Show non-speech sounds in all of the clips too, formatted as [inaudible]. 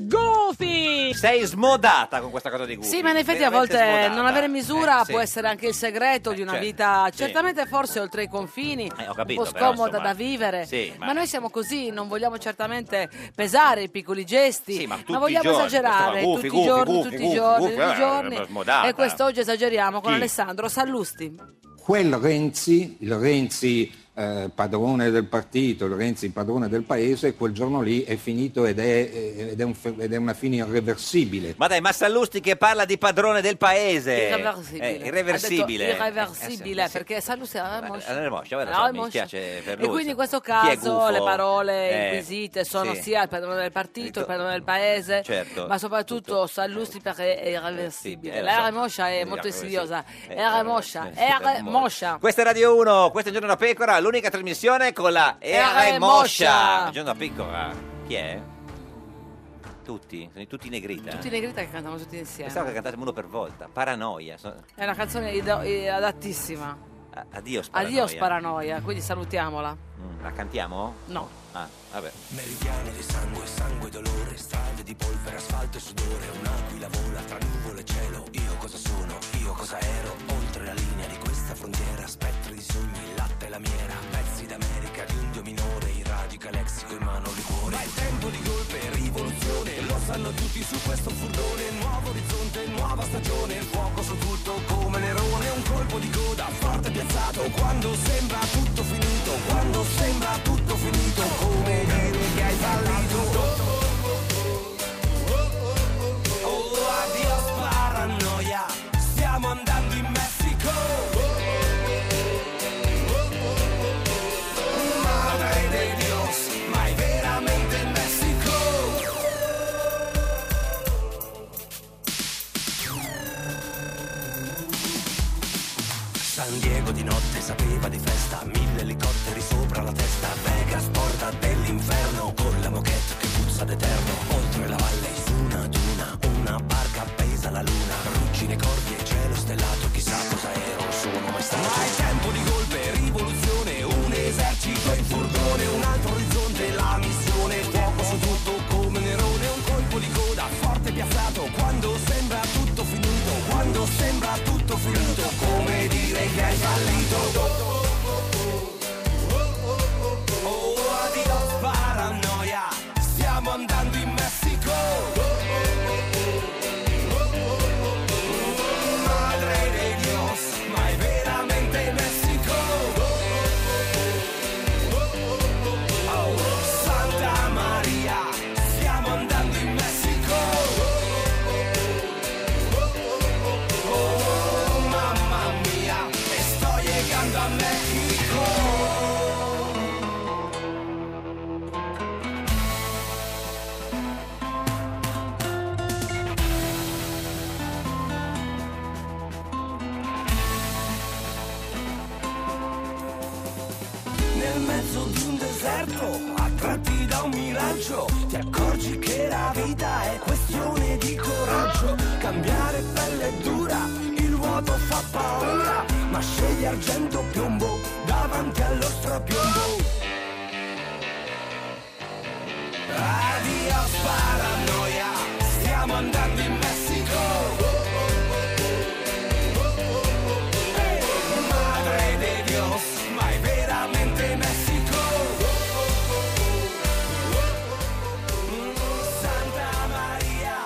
Goofy! Sei smodata con questa cosa di Gufi. Sì, ma in effetti a Veramente volte smodata. non avere misura Eh, sì. può essere anche il segreto di una certo, vita, sì. Eh, certamente forse oltre i confini, ho capito, un po' però, scomoda insomma, da vivere. sì, ma- ma... noi siamo così, non vogliamo certamente pesare i piccoli gesti, Sì, ma tutti i vogliamo giorni, esagerare questo- gufi, tutti gufi, i giorni, gufi, tutti gufi, i giorni, gufi, tutti i eh, giorni. eh, smodata. E quest'oggi esageriamo con Chi? Alessandro Sallusti. quel Renzi, il Renzi eh, padrone del partito, il Renzi padrone del paese, quel giorno lì è finito ed è, ed è un fe- ed è una fine irreversibile. Ma dai, ma Sallusti che parla di padrone del paese. Irreversibile. Eh, irreversibile. Ha detto irreversibile, perché Sallusti aveva Eh, allora, mo, cioè, guarda, No, so, è mi moscio. dispiace per E Eh, lui. quindi in questo Chi è gufo? caso le Eh, parole inquisite sono sì. sia il padrone del partito, il padrone del paese, Certo. ma soprattutto Sallusti perché è irreversibile. Eh, lo so. la R moscia è molto eh, sì. insidiosa. Eh, R moscia, R moscia. Questa è Radio 1, questo è Un Giorno da Pecora, l'unica trasmissione con la R R Moscia. Moscia. Un Giorno da Pecora. Chi è? Tutti, sono tutti in negrita. Tutti i negrita che cantano tutti insieme. Pensavo che cantassimo uno per volta. Paranoia. so- È una canzone ido- eh, adattissima. a- Addio sparanoia. Addio paranoia, quindi salutiamola. Mm, La cantiamo? No. Ah, vabbè. Meridiane di sangue, sangue e dolore, strade di polvere, asfalto e sudore, un'aquila vola tra nuvole e cielo, io cosa sono, io cosa ero, oltre la linea di questa frontiera, spettri di sogni, latte e la miera, pezzi d'America di un dio minore, in radica lexico in mano liquore. Ma è tempo di golpe, rivoluzione, lo sanno tutti su questo furgone, nuovo orizzonte, nuova stagione, fuoco su tutto come Nerone, un colpo di coda forte piazzato, quando sembra tutto finito, quando sembra tutto finito, come dire che hai fallito. Oh, addio paranoia, stiamo andando in Messico. Madre de Dios, ma è veramente il Messico? San Diego di notte sapeva di festa, mille elicotteri sopra la testa, Vegas porta dell'inferno, con la moquette che puzza d'eterno, oltre la valle su una duna, una barca appesa alla luna, ruggine, corvi e cielo stellato, chissà cosa ero, sono mai stato. Ma è tempo di golpe, rivoluzione, un esercito in furgone, un altro orizzonte, la missione, fuoco su tutto come Nerone, un colpo di coda, forte piazzato, quando sembra tutto finito, quando sembra tutto finito, come dire che hai fallito. Oh, adios paranoia, stiamo andando in Messico. Madre de Dios, ma è veramente in Messico. Oh, Santa Maria, stiamo andando in Messico. Oh, mamma mia, sto llegando a Messico. Nel mezzo di un deserto, attratti da un miraggio, ti accorgi che la vita è questione di coraggio. Cambiare pelle è dura, il vuoto fa paura, ma scegli argento o piombo davanti allo strapiombo. Adios paranoia, stiamo andando in Messico. Madre de Dios, ma è veramente Messico. Mm, Santa Maria,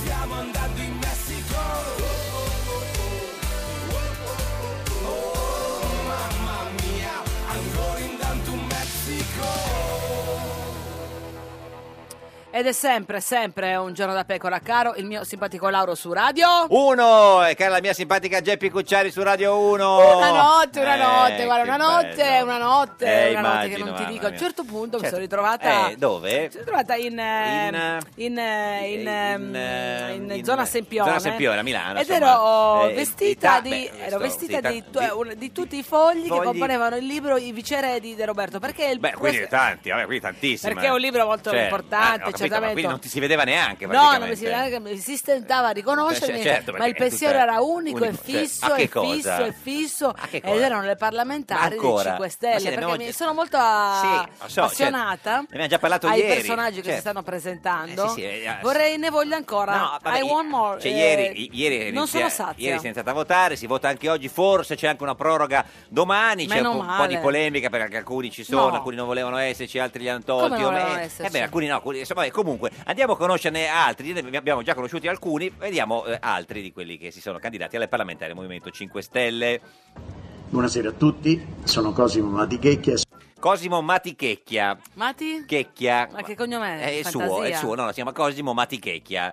stiamo andando in Messico. Oh, mamma mia, ancora intanto un Messico. E Ed è sempre, sempre un giorno da pecora, caro il mio simpatico Lauro su radio. Uh! Uno, e cara la mia simpatica Geppi Cucciari su Radio 1. Una notte, una Eh, notte, guarda, che una notte, bello. una notte, Eh, una notte che immagino, non ti mamma dico. A un mia. certo punto mi Certo. sono ritrovata. Eh, dove? Mi sono ritrovata in. eh, In, in, eh, in, in, eh, in, in zona Sempione. zona Sempione, a Milano, Ed insomma. ero oh, Eh, vestita di- di. beh, questo, ero vestita sì, ta- di, tu- eh, di tutti i fogli, che fogli. componevano il libro I viceredi di Roberto. Perché il. Beh, quindi questo- tanti, vabbè, quindi tantissimi. Perché è un libro molto Certo, importante, eh, ho capito, ma certamente. quindi non ti si vedeva neanche No, non mi si, praticamente. neanche- si stentava a riconoscermi, Eh, certo, ma perché il è pensiero tutta- era unico, e unico, certo. fisso, A che e cosa? fisso, e fisso, A che ed cosa? erano le parlamentari Ma di ancora? 5 Ma se ne Stelle, perché abbiamo- mi sono molto lo so, appassionata certo. Ne abbiamo già parlato ai ieri, personaggi che si certo. stanno presentando, Eh, sì, sì, eh, vorrei, ne voglio ancora, No, vabbè, I i- want more, cioè, eh, ieri, i- ieri, era non sono inizia- sazia, ieri si è iniziata a votare, si vota anche oggi, forse c'è anche una proroga domani, c'è Meno un, po', un po' male. di polemica perché alcuni ci sono, No. alcuni non volevano esserci, altri li hanno tolti. Come non o meno. volevano esserci? Eh beh, alcuni no, alcuni- insomma, vabbè, comunque andiamo a conoscerne altri, ne abbiamo già conosciuti alcuni, vediamo eh, altri di quelli che si sono candidati alle parlamentari del Movimento 5 Stelle. Buonasera a tutti, sono Cosimo Matichecchia. Cosimo Matichecchia. Mati? Checchia. Ma che cognome è? È il suo, Fantasia. è il suo, no, si chiama Cosimo Matichecchia.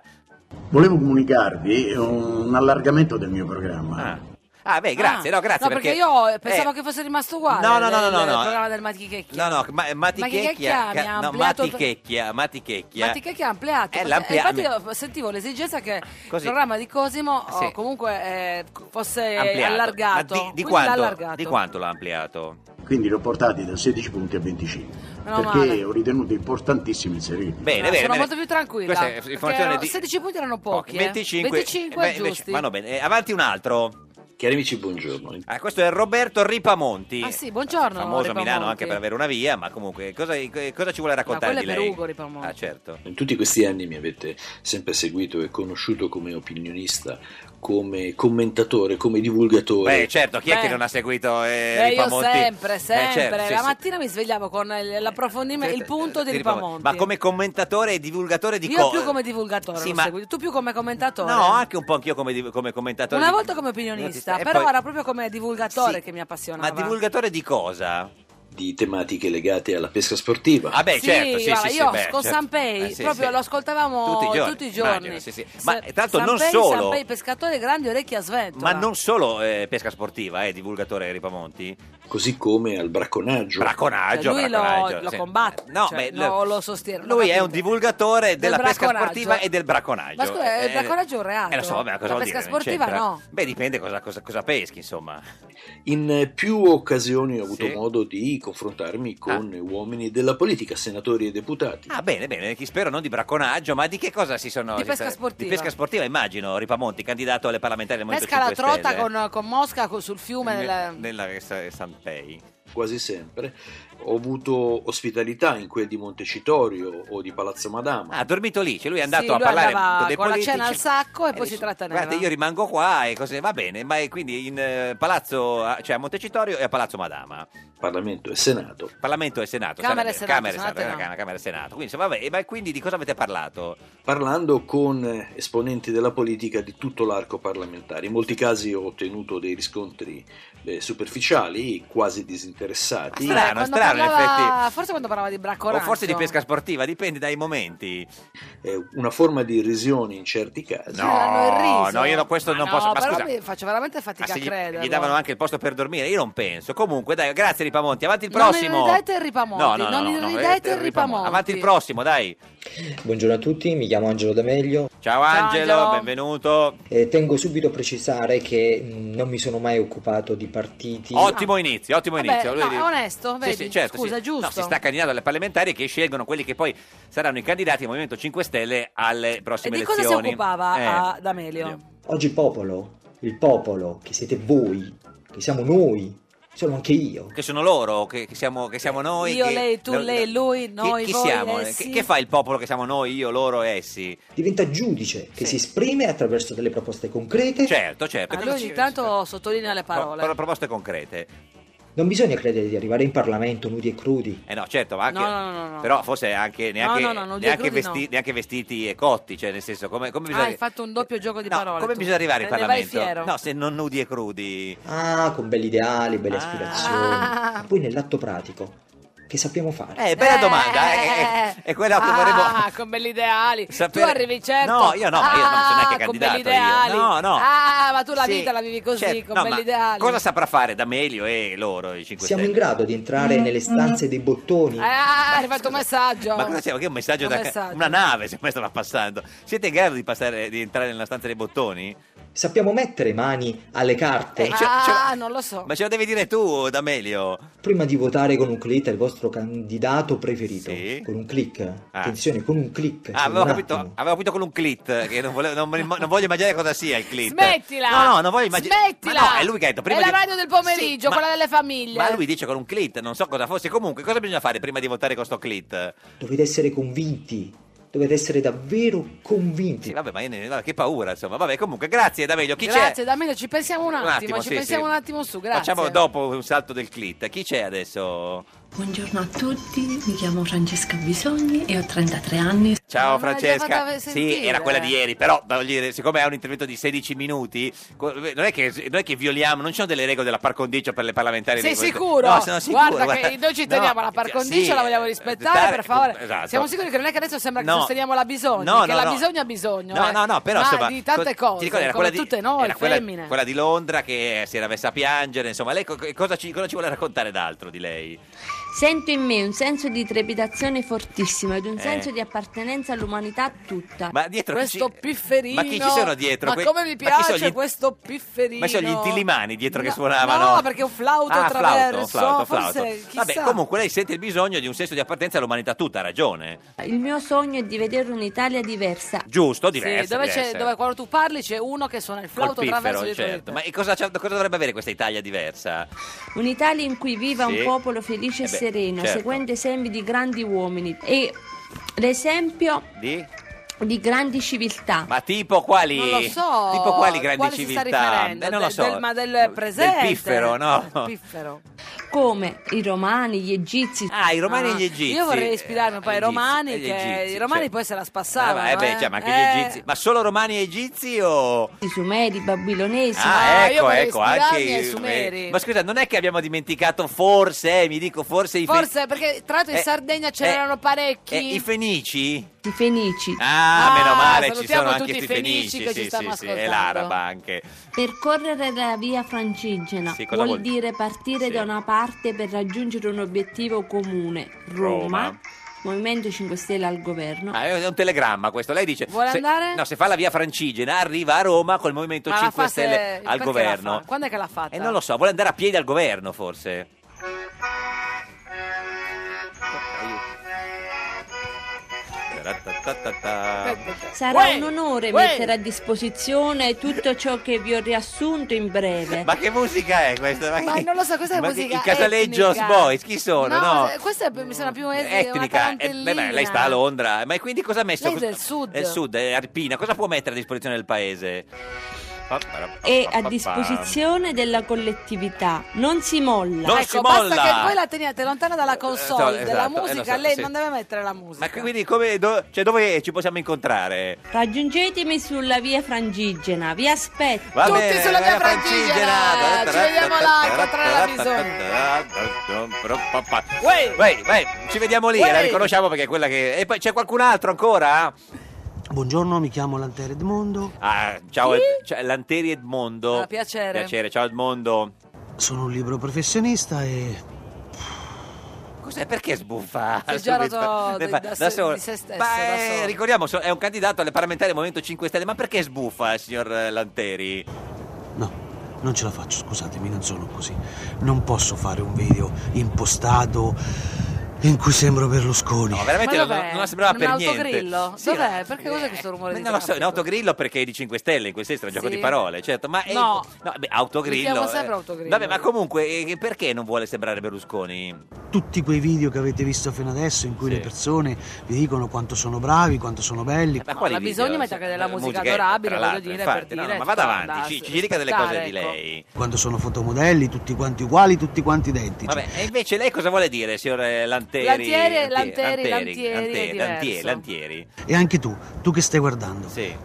Volevo comunicarvi un allargamento del mio programma. Ah, beh, grazie, Ah, no, grazie. eh. no, perché, io pensavo che fosse rimasto uguale No, no, no, no, nel- no, nel no. programma del Matichecchia. No, no, ma, eh, Matichecchia Matichecchia. mi ha ca- No, ampliato- Matichecchia, Matichecchia. Matichecchia ha ampliato. Eh, perché- l'amplia- eh, Infatti, io sentivo l'esigenza che Così. il programma di Cosimo oh, Sì. comunque eh, fosse Ampliato. allargato. Ma di- di, Quindi l'ha quanto, allargato. di quanto l'ha ampliato? Quindi l'ho portati da 16 punti a 25. Meno perché male. ho ritenuto importantissimo inserirli. Bene, Ah, bene. sono bene. molto più tranquilla. Questa è perché informazione erano- di- 16 punti erano pochi. eh. 25, 25 eh, beh, invece giusti. vanno bene. Eh, avanti un altro. Cari amici, buongiorno. Ah, questo è Roberto Ripamonti. Ah, sì, buongiorno, Famoso a Milano Ripamonti. anche per avere una via, ma comunque cosa, eh, cosa ci vuole Ma raccontare quello di è per lei? Ugo Ripamonti. Ah, certo. In tutti questi anni mi avete sempre seguito e conosciuto come opinionista, come commentatore, come divulgatore. Beh, certo, chi è Beh. che non ha seguito eh, Beh, io Ripamonti? sempre, Eh, sempre. certo, sì, la sì. mattina mi svegliavo con il- l'approfondimento, il punto di Ripamonti. Ma come commentatore e divulgatore di Io cosa? più come divulgatore, Sì, lo ma- seguo, tu più come commentatore. No, anche un po' anch'io come, div- come commentatore. Una di- volta come opinionista, E però poi- era proprio come divulgatore Sì, che mi appassionava. Ma divulgatore di cosa? Di tematiche legate alla pesca sportiva. Ah beh, Sì, certo, sì, guarda, sì, io sì, beh, con certo. Sampei Eh, sì, proprio sì. lo ascoltavamo Tutti i giorni, immagino, giorni. sì, sì. Ma, Sa- eh, tanto non Sampei, solo- Sampei, pescatore grande, orecchie a Ma sventola. non solo eh, pesca sportiva, eh, divulgatore Ripamonti. Così come al bracconaggio. Braconaggio, Cioè, lui lo- braconaggio, lo sì. combatte, No, cioè, beh, lo- lo sostiene, non Lui è capite. un divulgatore Del della pesca bracconaggio. sportiva e del braconaggio. Ma scusa, il Eh, bracconaggio è un reato. Eh, lo so, vabbè, ma cosa La vuol pesca dire? Non sportiva c'entra. no. Beh, dipende cosa, cosa- cosa peschi, insomma. In più occasioni ho avuto Sì. modo di confrontarmi con uomini della politica, senatori e deputati. Ah, bene, bene, chi spero non di bracconaggio, ma di che cosa si sono... Di pesca si- sportiva. Di pesca sportiva, immagino, Ripamonti, candidato alle parlamentari del Movimento Pesca la 5 trota Stelle. eh. con, con Mosca co- sul fiume. nella, del- Sa- Sanpei. Quasi sempre ho avuto ospitalità in quel di Montecitorio o di Palazzo Madama. Ah, ha dormito lì, cioè lui è andato Sì, a lui parlare andava con dei con la politici. Eh, cena al sacco e poi si dice, tratteneva. Guarda, io rimango qua e cose va bene, ma è quindi in eh, palazzo, a- cioè a Montecitorio e a Palazzo Madama. Parlamento e Senato. Parlamento e Senato, Camera e sarebbe- Camera e Senato, Senato Senato, no. Camera- Camera e Senato. Quindi, insomma, vabbè, ma quindi di cosa avete parlato? parlando con eh, esponenti della politica di tutto l'arco parlamentare. In molti casi ho ottenuto dei riscontri eh, superficiali, quasi disinteressati. Strano, Quando strano, in parlava- effetti. Forse quando parlava di O bracconaggio. forse di pesca sportiva, dipende dai momenti. Eh, una forma di irrisione in certi casi. Sì, hanno il riso. no, io no, questo Ma non no, posso- ma però scusa. mi faccio veramente Ah, fatica se a gli, credere. gli davano anche il posto per dormire, io non penso. Comunque, dai, grazie Ripamonti, avanti il Non prossimo. irridete il Ripamonti, No, no, no, non no, no, eh, irridete il Ripamonti. Avanti il prossimo, dai. Buongiorno a tutti, mi chiamo Angelo D'Amelio Ciao Angelo, Angelo. benvenuto. e tengo subito a precisare che mh, non mi sono mai occupato di partiti. Ottimo inizio, ottimo Vabbè, inizio. no, è onesto, vedi, scusa, sì. giusto. No, si sta candidando alle parlamentari che scelgono quelli che poi saranno i candidati del Movimento 5 Stelle alle E prossime di cosa elezioni. si occupava Eh, ah, D'Amelio? oddio. Oggi popolo, il popolo che siete voi, che siamo noi, sono anche io. Che sono loro, che, che siamo, che siamo noi. Io, che- lei, tu, no, lei, no. lui, Chi- noi, Chi voi, siamo? essi. Che, che fa il popolo che siamo noi, io, loro, essi? Diventa giudice che si esprime attraverso delle proposte concrete. Certo, certo. Ah, Cosa lui ci- ogni tanto sottolinea le Pro- parole. pro- proposte concrete. Non bisogna credere di arrivare in Parlamento nudi e crudi. Eh no, certo, ma anche, No, no, no, no, no. però forse anche neanche, no, no, non dire neanche, crudi, no. neanche vestiti e cotti, cioè nel senso come, come bisogna... Ah, hai fatto un doppio gioco di No, parole, Come tu. bisogna arrivare in Te ne vai fiero. Parlamento? No, se non nudi e crudi. Ah, con belli ideali, belle Ah. aspirazioni. Ma poi nell'atto pratico. che sappiamo fare? Eh, bella domanda, eh, eh, è quella che vorremmo Ah, con belli ideali. sapere. Tu arrivi certo. No, io no, ma io non sono neanche Ah, con candidato belli io. ideali. No, no. Ah, ma tu la Sì, vita la vivi così, certo. con No, belli ma ideali. Cosa saprà fare D'Amelio e loro, i 5 Siamo in Stelle? grado di entrare nelle stanze dei bottoni? Ah, è arrivato un messaggio. Ma cosa siamo? Che è un messaggio Un da ca- messaggio. una nave, se questa va passando. Siete in grado di, passare, di entrare nella stanza dei bottoni? Sappiamo mettere mani alle Eh, carte? ce- ce- Ah, non lo so. Ma ce lo devi dire tu, D'Amelio. Prima di votare con un click il vostro candidato preferito. Sì. Eh. Con un click. Attenzione, con un click. Ah, cioè avevo, un capito, attimo. avevo capito con un clit, che non, volevo- non me- non voglio immaginare cosa sia il clit. Smettila! No, no, non voglio immaginare. Smettila! Ma no, è lui che ha detto prima È la di- radio del pomeriggio, ma- quella delle famiglie. Ma lui dice con un clit, non so cosa fosse. Comunque, cosa bisogna fare prima di votare con sto clit? Dovete essere convinti. Dovete essere davvero convinti. Sì, vabbè, ma io ne- vabbè, che paura, insomma. Vabbè, comunque, grazie D'Amelio. Chi grazie, c'è? D'Amelio, ci pensiamo un attimo, ci sì, pensiamo sì. un attimo su, grazie. Facciamo dopo un salto del clit. Chi c'è adesso? Buongiorno a tutti, mi chiamo Francesca Bisogni e ho 33 anni. Ciao Ma non l'hai Ah, già Francesca. fatta Sì, sentire. era quella di ieri, però voglio dire, siccome è un intervento di 16 minuti, co- non è che, non è che violiamo, non ci sono delle regole della par condicio per le parlamentari. Sei di questo- sicuro? No, sono sicuro. Guarda, che noi ci No, teniamo alla par sì, condicio, la vogliamo eh, rispettare, dare- per favore. esatto. Siamo sicuri che non è che adesso sembra che No. sosteniamo la bisogna, No, che no, la no. bisogna ha bisogno. No, eh. no, no, però Ma insomma, di co- ti tante cose, ricordi, era come quella di- tutte noi, era quella, femmine. quella di Londra che si era messa a piangere, insomma, lei co- cosa ci, cosa ci vuole raccontare d'altro di lei? Sento in me un senso di trepidazione fortissimo ed un Eh. senso di appartenenza all'umanità tutta. Ma dietro chi Questo ci- pifferino. Ma chi ci sono dietro? Ma Que- come mi ma chi sono piace gli- questo pifferino. Ma sono gli intillimani dietro che No, suonavano? No, perché è un flauto ah, attraverso. Flauto, flauto, forse, flauto. chissà. Vabbè, comunque lei sente il bisogno di un senso di appartenenza all'umanità tutta, ha ragione. Il mio sogno è di vedere un'Italia diversa. Giusto, Sì, diverso. dove, c'è- dove quando tu parli c'è uno che suona il flauto attraverso dietro di certo. te. Ma e cosa, c'ha- cosa dovrebbe avere questa Italia diversa? Un'Italia in cui viva Sì. un popolo felice Eh e beh, sereno, certo. seguendo esempi di grandi uomini e l'esempio Di? di grandi civiltà. Ma tipo quali? Non lo so. Tipo quali grandi quali civiltà? Si sta riferendo? Eh, non lo Del- so. del- ma del presente. Del piffero, no? Del piffero. come i romani, gli egizi. Ah, i romani Ah, e gli egizi. Io vorrei ispirarmi poi ai Eh, gli romani, egizi, che agli egizi, i romani certo. poi se la spassavano. Ah, beh, eh. cioè, ma anche Eh, gli egizi. Ma solo romani e egizi o... I sumeri, i babilonesi. Ah, Ah, io ecco, vorrei ecco, ispirarmi anche ai i- sumeri. Ma scusa, non è che abbiamo dimenticato forse, eh, mi dico forse i fe- Forse perché tra l'altro in Eh, Sardegna ce eh, n'erano parecchi. eh, I fenici? I fenici. Ah, Ah, meno male, ci salutiamo sono anche tutti i questi fenici fenici, che ci sì, stanno sì, sì, e ascoltando. l'araba anche. Percorrere la via francigena Sì, cosa vuol, vuol- dire partire Sì. da una parte per raggiungere un obiettivo comune. Roma, Roma. Movimento 5 Stelle al governo. Ah, è un telegramma questo. Lei dice: Vuole se, andare? No, se fa la via Francigena, arriva a Roma col Movimento Ma la 5 fa se- Stelle al perché la governo. fa? Quando è che l'ha fatta? E non lo so, vuole andare a piedi al governo, forse. Sarà Uè, un onore uè. mettere a disposizione tutto ciò che vi ho riassunto in breve. Ma che musica è questa? Ma non lo so, questa è ma che- musica I Casaleggio etnica. eh, Boys, chi sono? No, se- questa è- mi sembra più es- etnica. una eh, beh, tarantellina. lei sta a Londra, ma e quindi cosa ha messo? Lei è del sud. Del sud, è Arpina. Cosa può mettere a disposizione del paese? E a disposizione della collettività. Non si molla. Non ecco, si molla. Basta che voi la teniate lontana dalla Eh, so, console esatto, della eh, lo musica, so, lei sì. non deve mettere la musica. Ma quindi come, do- cioè, dove ci possiamo incontrare? Raggiungetemi sulla via Frangigena, vi aspetto. Va Tutti sulla via la Francigena. Ci vediamo là, incontrare la Uè. Uè, uè, ci vediamo lì, Uè. la riconosciamo perché è quella che... E poi c'è qualcun altro ancora? Buongiorno, mi chiamo Lantero Edmondo, Ah, ciao, ciao, Lanteri Edmondo. Ah, piacere. Piacere, ciao Edmondo. sono un libero professionista e Cos'è? Perché sbuffa? Si è già Subito. rotto Ne di- fa- da se- di se stesso, Ma, da eh, solo. ricordiamo, so- è un candidato alle parlamentari del Movimento 5 Stelle, ma perché sbuffa, signor eh, Lanteri? no, non ce la faccio, scusatemi, non sono così. Non posso fare un video impostato in cui sembro Berlusconi. No, veramente Ma non, dov'è? non sembrava Un per niente. autogrillo? Sì, Dov'è? una- Perché cos'è questo rumore Ma di Non lo so, è un traffico? autogrillo perché è di 5 Stelle, in quel senso è un gioco Sì. di parole, certo. Ma è- No. beh, autogrillo. Mi chiamo eh. sempre autogrillo. Vabbè, ma comunque, eh, perché non vuole sembrare Berlusconi? Tutti quei video che avete visto fino adesso in cui Sì. le persone vi dicono quanto sono bravi, quanto sono belli. Eh, Ma No, quali la video? bisogna mettere Sì, della eh, musica musiche, adorabile, tra voglio l'altro, dire, infatti, per no, no, dire, ma vada da- avanti, ci, da ci dica delle cose di rispettare, lei. Quando sono fotomodelli, tutti quanti uguali, tutti quanti identici. Vabbè, e invece lei cosa vuole dire, signor eh, Lanteri? Lantieri, Lantieri, Lantieri, Lantieri, Lantieri, è Lantieri, diverso. Lantieri. E anche tu, tu che stai guardando, Sì.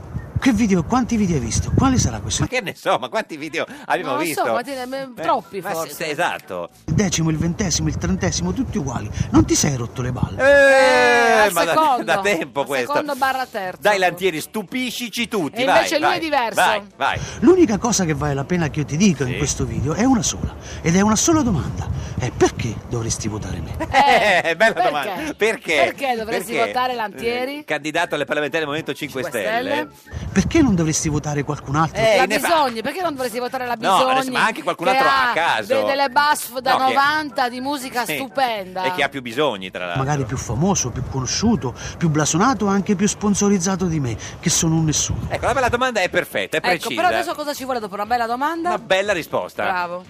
Che video, quanti video hai visto? Quale sarà questo? Ma che ne so, ma quanti video abbiamo Non lo so, visto? ma te ne- Eh, troppi ma se- forse. se- esatto. Il decimo, il ventesimo, il trentesimo, tutti uguali. Non ti sei rotto le balle. Eh, al ma da, secondo, da tempo al questo. secondo barra terzo. Dai Lantieri, stupiscici tutti. E vai, invece lui vai, è diverso. Vai, vai. L'unica cosa che vale la pena che io ti dica in questo video è una sola. Ed è una sola domanda. È perché dovresti votare me? Eh, [laughs] bella perché? domanda. Perché? Perché dovresti votare Lantieri? Eh, Candidato alle parlamentari del Movimento 5, Stelle. Perché non dovresti votare qualcun altro? la Bisogni, perché non dovresti votare la Eh, No, Bisogni? adesso- ma anche qualcun altro che ha a caso. de- delle BASF da No, che- 90 di musica Sì. stupenda. E che ha più bisogni, tra l'altro. Magari più famoso, più conosciuto, più blasonato e anche più sponsorizzato di me, che sono un nessuno. Ecco, la bella domanda è perfetta, è Ecco, precisa. però adesso cosa ci vuole dopo una bella domanda? Una bella risposta. Bravo.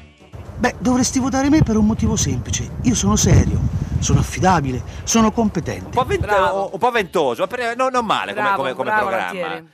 Beh, dovresti votare me per un motivo semplice. Io sono serio, sono affidabile, sono competente. Un po', vento- un po' ventoso, ma per- no, non male come, Bravo, come- come bravo, programma. Lantieri.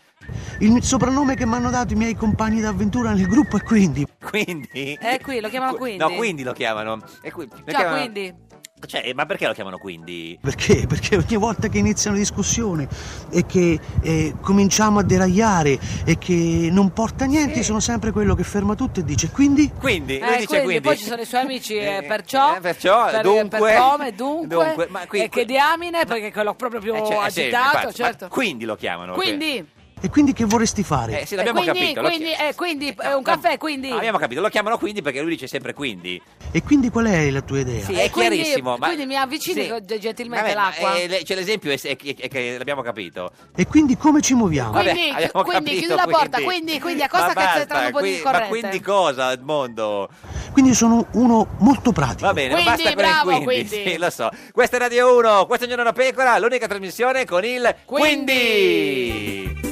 Il mi- soprannome che mi hanno dato i miei compagni d'avventura nel gruppo è quindi. Quindi? Eh, qui, lo chiamano quindi? No, quindi lo chiamano. E qui- lo Già, chiamano- quindi? Cioè, eh, ma perché lo chiamano quindi? Perché? Perché ogni volta che inizia una discussione e che eh, cominciamo a deragliare e che non porta a niente, io sono sempre quello che ferma tutto e dice quindi. Quindi, Eh, lui dice quindi, quindi. poi ci sono i Cioè, suoi amici, eh, perciò, eh, perciò, per, dunque, per come, dunque, dunque, ma qui- e che diamine, perché è quello proprio più Eh, cioè, eh, sì, agitato, infatti, certo. ma quindi lo chiamano. cioè. Quindi, E quindi che vorresti fare? Eh, sì, l'abbiamo eh, quindi, capito. lo quindi, eh, quindi, eh, un caffè, quindi. chi- no, abbiamo capito, lo chiamano quindi perché lui dice sempre quindi. E quindi qual è la tua idea? Sì, E è quindi- chiarissimo, ma- Quindi mi avvicini sì. co- gentilmente Vabbè, ma, l'acqua. eh, le- cioè, l'esempio è, è- è- è che l'abbiamo capito. E quindi come ci muoviamo? Vabbè, Quindi, abbiamo chi- quindi, capito, chiudi la porta, quindi. quindi, quindi, a cosa Ma che c'è tra basta, un po' di qui- corrente? Ma quindi cosa, Edmondo? Quindi sono uno molto pratico. Va bene, Quindi, basta con il bravo, quindi. quindi. Sì, lo so. Questa è Radio 1, questo è Giorno da Pecora, l'unica trasmissione con il quindi.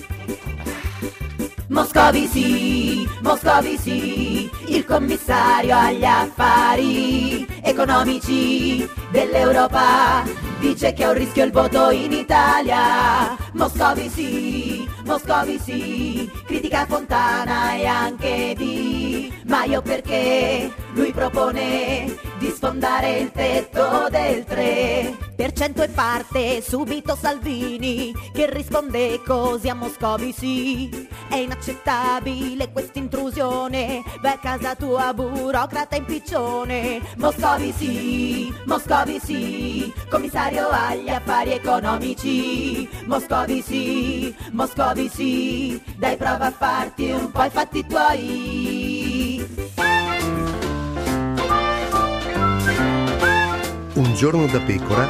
Moscovici, Moscovici, il commissario agli affari economici dell'Europa, dice che è un rischio il voto in Italia. Moscovici, Moscovici, critica Fontana e anche di Maio perché lui propone di sfondare il tetto del 3% e parte subito Salvini che risponde così a Moscovici è inaccettabile questa intrusione vai a casa tua burocrata in piccione Moscovici, Moscovici, commissario agli affari economici. Moscovici, Moscovici, dai prova a farti un po' i fatti tuoi. Un giorno da pecora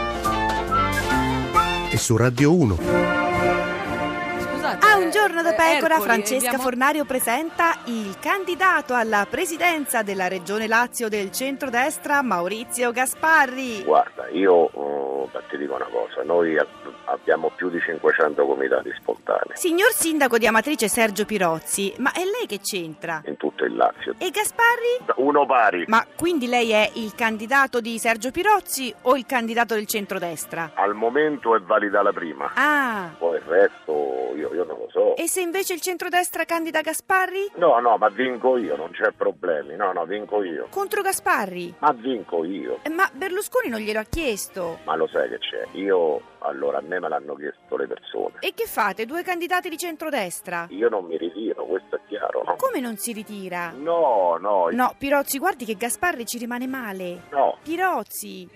e su Radio 1. A un giorno da eh, pecora, Ercoli, Francesca abbiamo- Fornario presenta il candidato alla presidenza della regione Lazio del centrodestra, Maurizio Gasparri. Guarda, io eh, beh, ti dico una cosa, noi ab- abbiamo più di 500 comitati spontanei Signor sindaco di Amatrice Sergio Pirozzi, ma è lei che c'entra? in tutto il Lazio. E Gasparri? Uno pari. Ma quindi lei è il candidato di Sergio Pirozzi o il candidato del centrodestra? Al momento è valida la prima. Ah, Poi il resto io, io non lo so. e se invece il centrodestra candida Gasparri? No, no, ma vinco io, non c'è problemi. No, no, vinco io. Contro Gasparri? Ma vinco io. Eh, Ma Berlusconi non glielo ha chiesto. Ma lo sai che c'è? Io, allora, a me me l'hanno chiesto le persone. E che fate? Due candidati di centrodestra? Io non mi ritiro, questo è chiaro, no? Come non si ritira? No, no, No, Pirozzi, guardi che Gasparri ci rimane male. No. Pirozzi.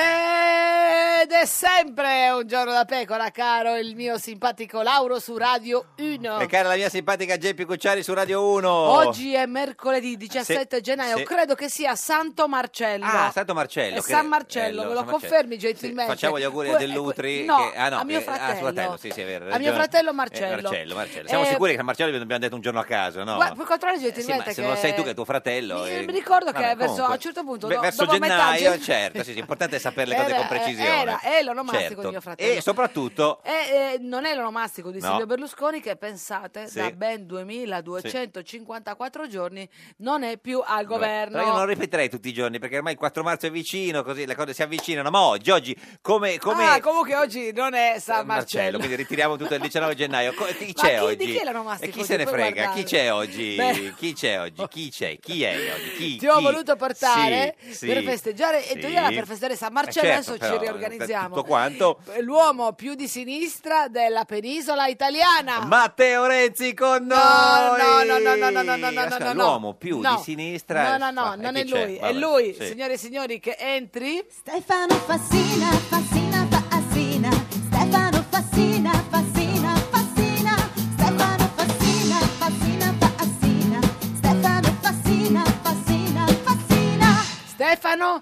Ed è sempre un giorno da pecora, caro il mio simpatico Lauro su Radio 1. E cara la mia simpatica Geppi Cucciari su Radio 1. Oggi è mercoledì 17 Sì, gennaio, sì. credo che sia Santo Marcello. Ah, Santo Marcello, È che- eh, San Marcello, bello, me lo San Marcello. confermi gentilmente. eh, Facciamo gli auguri a Que- Dell'Utri. que- no, che- ah, no, a mio eh, Ah, suo fratello, fratello. sì, sì, è vero. A mio ragione. fratello Eh, Marcello. Marcello, Marcello. Siamo Eh, sicuri che Marcello abbiamo detto un giorno a caso, no? Guarda, puoi controllare Eh sì, ma gentilmente se che- non sei tu che è tuo fratello. eh, Mi ricordo che vabbè, verso, comunque. a un certo punto, Ve- do- verso dopo metà gennaio, cioè- gen- [laughs] certo, sì, sì, è importante sapere le cose era, con precisione. Era, è l'onomastico certo. di mio fratello. E soprattutto Eh, eh, non è l'onomastico di No. Silvio Berlusconi che pensate Sì. da ben 2254 giorni non è più al governo. Però io non lo ripeterei tutti i giorni perché ormai il 4 marzo è vicino, così le cose si avvicinano. Ma oggi, oggi, come, come Ah, comunque oggi non è San Marcello, Marcello. quindi ritiriamo tutto il 19 gennaio. Co- chi Ma chi- c'è di oggi? chi è E l'onomastico? chi Ti se ne puoi frega? guardare. Chi c'è oggi? Beh. Chi c'è oggi? Chi c'è? Chi è oggi? Chi, Ti ho chi? voluto portare Sì, sì, per festeggiare e sì. tu io per festeggiare San Marcello, Eh, adesso certo, ci però, riorganizziamo. Tutto quanto. L'uomo più di sinistra della penisola italiana. Matteo Renzi con No, noi! no, no, no, no, no, no, no, no, Ascolta, no, no. L'uomo più No. di sinistra... No, no, no, Ah, e non chi è c'è? lui, è Vabbè, lui, sì. signore e signori, che entri. Stefano Fassina, Fassina, Fassina, Stefano Fassina, Fassina, Fassina, Stefano Fassina, Fassina, Fassina, Stefano Fassina, Fassina, Fassina. Stefano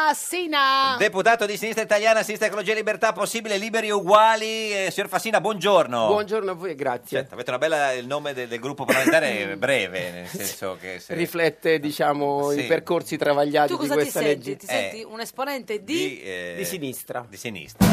Fassina. Deputato di Sinistra Italiana, Sinistra Ecologia e Libertà, Possibile, Liberi e Uguali. Eh, signor Fassina, buongiorno. Buongiorno a voi e grazie. Certo, avete una bella, il nome del, del gruppo parlamentare è breve, nel senso che... se- Riflette, diciamo, Sì. i percorsi travagliati Tu di cosa ti questa senti? legge. Ti senti un esponente di... eh, Di sinistra. Di sinistra.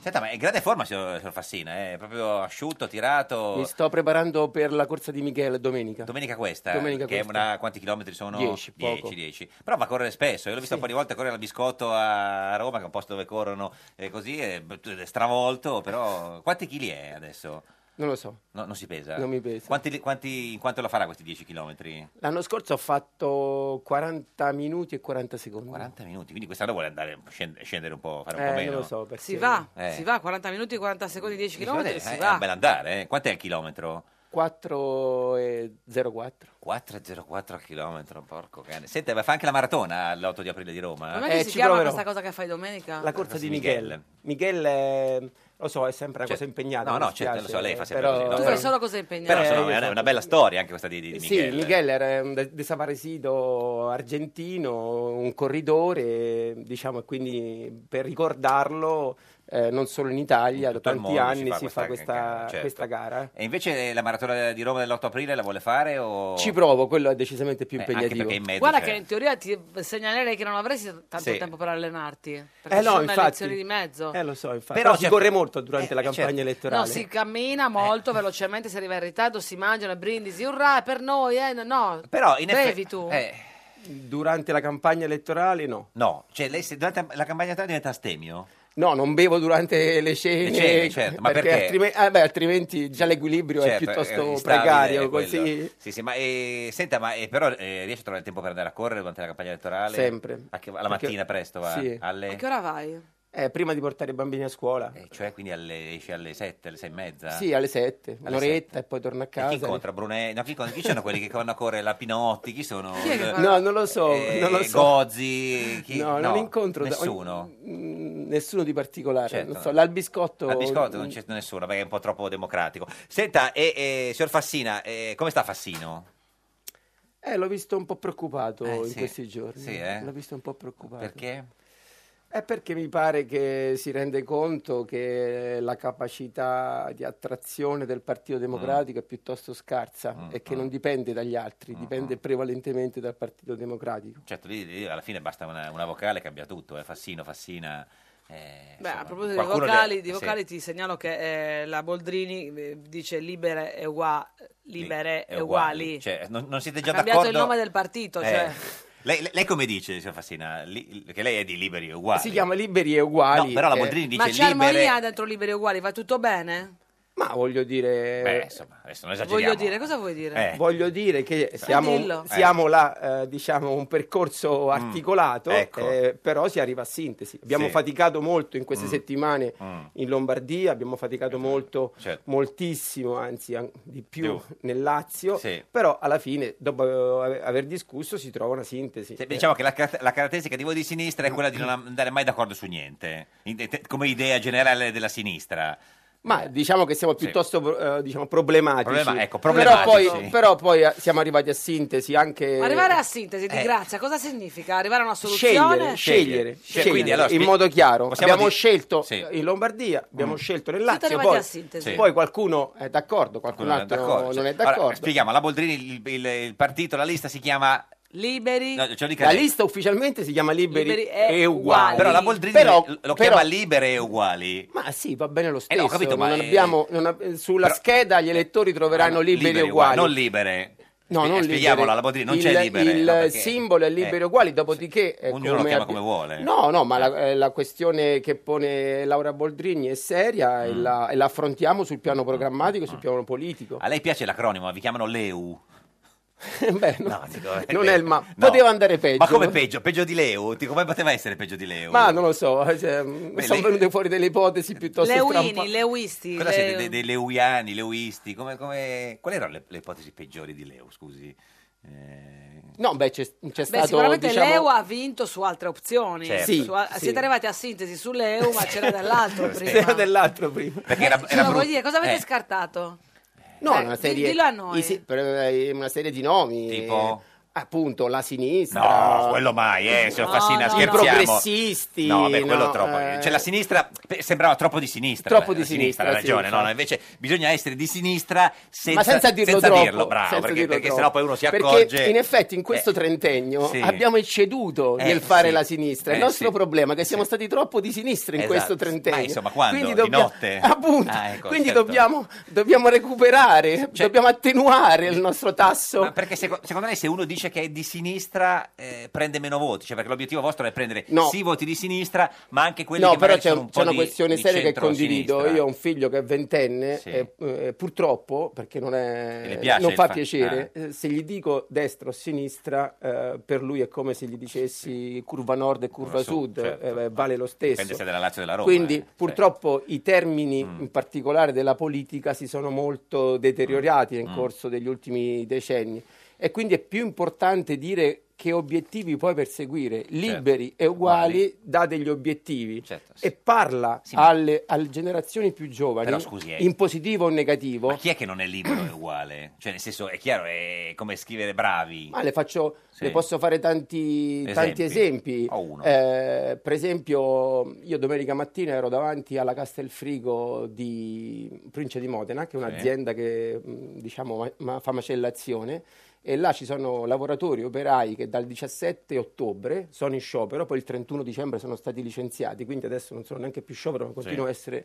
Senta, ma è in grande forma, signor, signor Fassina, eh, è proprio asciutto, tirato... Mi sto preparando per la corsa di Michele domenica. Domenica questa, eh, Domenica che questa. è una, quanti chilometri sono? Dieci, poco. 10, 10. Però va a correre spesso, io l'ho visto un po' di volte correre al biscotto a Roma, che è un posto dove corrono eh, così, è, è stravolto, però quanti chili è adesso? Non lo so. No, non si pesa? Non mi pesa. Quanti, quanti- in quanto la farà questi 10 chilometri? L'anno scorso ho fatto 40 minuti e 40 secondi. 40 minuti, quindi quest'anno vuole andare, scend- scendere un po', fare un Eh, po' non meno. lo so, perché- Si va, Eh. si va, 40 minuti, 40 secondi, 10 km, Eh, si È un va. bel andare, eh. Quant'è il chilometro? 4 e 04. 4,04 al chilometro, porco cane. Senta, ma fa anche la maratona eh, l'8 di aprile di Roma? Eh, Com'è che si chiama questa cosa che fai domenica? La corsa di Michele. Michele, eh, lo so, è sempre una cosa impegnata. No, mi no, certo, dispiace, lo so, lei fa sempre però- così. no, Tu però- fai solo cose impegnate. Però Eh, sono- io è una, so. una bella storia anche questa di, di, di Eh, Sì, Michele. Miguel era un de- desaparecido argentino, un corridore, diciamo, e quindi per ricordarlo, eh, non solo in Italia, da tutto il tanti mondo si anni fa si questa fa questa, gara, certo. questa gara. eh. E invece la maratona di Roma dell'8 aprile la vuole fare o... Ci provo, quello è decisamente più Oh. Eh, anche impegnativo. perché in mezzo Guarda c'è- che in teoria ti segnalerei che non avresti tanto Sì. tempo per allenarti. Perché Eh no, ci sono le infatti. lezioni di mezzo. Eh, lo so, infatti. Però Però, si certo- corre molto durante la campagna No, elettorale. si cammina molto velocemente, si arriva in ritardo, si mangiano i brindisi, urrà, è per noi, eh, no, no. bevi tu. Durante la campagna elettorale no. No, cioè lei se- durante la campagna elettorale diventa astemio? No, non bevo durante le cene, Le cene, certo, ma perché? Altrime- eh, beh, Altrimenti, già l'equilibrio è Certo, piuttosto instabile precario. quello. Così. Sì, sì, ma eh, senta, ma eh, però eh, riesce a trovare il tempo per andare a correre durante la campagna elettorale? Sempre. A che- alla Perché- mattina presto va? Sì. Alle... A che ora vai? Eh, prima di portare i bambini a scuola. Cioè quindi alle, esce alle 7, alle 6 e mezza? Sì, alle 7, Alle un'oretta e poi torno a E casa. chi incontra Brunello? No, chi, incontra- chi sono quelli che vanno a correre? La Pinotti? Chi sono? Chi è che Eh, fa- No, non lo so, non lo so. Gozzi? Chi? No, non incontro da- Nessuno? Mm, Nessuno di particolare. Certo. Non so, l'albiscotto. Al biscotto non c'è nessuno perché è un po' troppo democratico. Senta, e, e, signor Fassina, eh, come sta Fassino? Eh, l'ho visto un po' preoccupato Eh, in sì. questi giorni. Sì, eh? L'ho visto un po' preoccupato. Perché? È perché mi pare che si rende conto che la capacità di attrazione del Mm. Partito Democratico è piuttosto scarsa e che non dipende dagli altri, Mm, dipende prevalentemente dal Partito Democratico. Certo, lì, lì alla fine basta una, una vocale, cambia tutto. Eh. Fassino, Fassina. eh, Beh, insomma, a proposito dei qualcuno le- vocali, dei sì. vocali ti segnalo che eh, la Boldrini eh, dice libere e ugua- libere È e uguale. uguali. Cioè, non, non siete Ha già cambiato d'accordo? il nome del partito, Eh, cioè. Lei, lei- lei come dice, signor Fassina? Li- che lei è di liberi e uguali. Si chiama Liberi e Uguali. eh. No, però la che- Boldrini Ma c'è armonia dentro liberi e uguali, va tutto bene? Ma voglio dire... Beh, insomma, adesso non esageriamo. Eh. Voglio dire, cosa vuoi dire? Voglio dire che siamo, dillo. siamo là, eh, diciamo, un percorso articolato, Mm. ecco. eh, però si arriva a sintesi. Abbiamo Sì. faticato molto in queste Mm. settimane Mm. in Lombardia, abbiamo faticato molto, Certo. moltissimo, anzi an- di più Più. nel Lazio, Sì. però alla fine, dopo eh, aver discusso, si trova una sintesi. Cioè, Eh, Diciamo che la, car- la caratteristica di voi di sinistra è quella di non andare mai d'accordo su niente, in- te- come idea generale della sinistra. Ma diciamo che siamo Eh, Sì. piuttosto pro- eh, diciamo, problematici. Problema- ecco, Però problematici. poi, però poi, eh, siamo arrivati a sintesi anche... Arrivare a sintesi di eh. grazia, cosa significa? Arrivare a una scegliere, soluzione? scegliere, Cioè, scegliere quindi, allora, in spie- modo chiaro. possiamo Abbiamo di- scelto Sì. in Lombardia, abbiamo Mm. scelto nel Siete Lazio, arrivati poi, a sintesi. Sì. poi qualcuno è cioè, certo. d'accordo, qualcun altro non è d'accordo. Allora, spieghiamo, la Boldrini, il, il- il partito, la lista si chiama Liberi. No, c'è La lista ufficialmente si chiama Liberi, Liberi e e Uguali. Però la Boldrini Però- lo- lo però- chiama libere e uguali. Ma sì, va bene lo Eh stesso. no, ho capito, ma, non eh, abbiamo- non ab- sulla scheda gli elettori troveranno liberi, e e uguali. Non libere. Spie- No, non liberi. Spieghiamola, la Boldrini, non il, c'è libere. eh, Il no, perché- eh, simbolo è libero e uguali, dopodiché... eh, Ognuno lo chiama abbi- come vuole. No, no, ma la, eh, la questione che pone Laura Boldrini è seria Mm. e, la, e la affrontiamo sul piano programmatico e sul piano politico. A lei piace l'acronimo, vi chiamano l'EU. [laughs] Beh, no, dico, eh, Non beh, è il ma... no. Poteva andare peggio. Ma come peggio? Peggio di l'EU? Dico, come poteva essere peggio di l'EU? Ma non lo so, cioè, sono lei- venute fuori delle ipotesi piuttosto strampa- Leuini, Leuisti. Cosa le- siete? Dei, dei leuiani, leuisti? Come, come... Quali erano le, le ipotesi peggiori di Leu, scusi? No, beh, c'è, c'è Beh, stato... sicuramente Diciamo... [laughs] Leu ha vinto su altre opzioni. Certo. Su- Sì, a- sì. Siete arrivati a sintesi su Leu, ma c'era [laughs] dell'altro prima. C'era dell'altro prima. Perché era, Eh. Cosa vuol dire? Cosa avete scartato? Eh, No, Eh, è una di- serie, dillo a noi. i si- per- eh, una serie di nomi. Tipo? eh, Appunto, la sinistra. No, quello mai, eh, signor No, Fassina, no, scherziamo. no. I progressisti, No, beh, quello no, troppo. eh. Cioè, la sinistra eh, sembrava troppo di sinistra. Troppo la- di la sinistra, sinistra, ha ragione. sì, no, infatti. no, invece bisogna essere di sinistra senza, Ma senza dirlo troppo. senza dirlo, bravo, senza perché, dirlo perché troppo. sennò poi uno si Perché accorge... Eh, in effetti in questo trentennio sì. abbiamo ecceduto Eh, nel fare sì. la sinistra. Il Eh, nostro sì. problema è che siamo stati troppo di sinistra in Esatto. questo trentennio. Ma insomma, quando? Quindi Di dobbia- notte? Appunto. Ah, ecco, Quindi certo. Cioè dobbiamo, dobbiamo recuperare, dobbiamo attenuare il nostro tasso. Ma perché seco- secondo lei se uno dice che è di sinistra eh, prende meno voti? Cioè perché l'obiettivo vostro è prendere No. sì voti di sinistra, ma anche quelli no, che però magari c'è, sono un un- po' c'è una di- questione di seria che centrosinistra. condivido. Io ho un figlio che è ventenne Sì. e eh, purtroppo, perché non, è- E le piace non il fa fa- piacere, eh, se gli dico destra o sinistra, eh, per lui è come se gli dicessi curva nord e curva Curva sud, certo. sud, eh, vale lo stesso. Dipende se è della Lazio o della Roma, Quindi eh, Mm. cioè. purtroppo i termini in particolare della politica si sono molto deteriorati nel Mm. corso degli ultimi decenni e quindi è più importante dire che obiettivi puoi perseguire, Certo. liberi e uguali, dà degli obiettivi Certo, e parla alle, alle generazioni più giovani Però, scusi, eh. in positivo o negativo. Ma chi è che non è libero e uguale? Cioè nel senso è chiaro, è come scrivere bravi. Ma le, faccio, Sì. le posso fare tanti Esempi. tanti esempi. Ho uno. Eh, per esempio, io domenica mattina ero davanti alla Castelfrigo di Prince di Modena, che è un'azienda che mh, diciamo, ma- ma- fa macellazione. E là ci sono lavoratori, operai che dal 17 ottobre sono in sciopero, poi il 31 dicembre sono stati licenziati, quindi adesso non sono neanche più sciopero, ma continuo a essere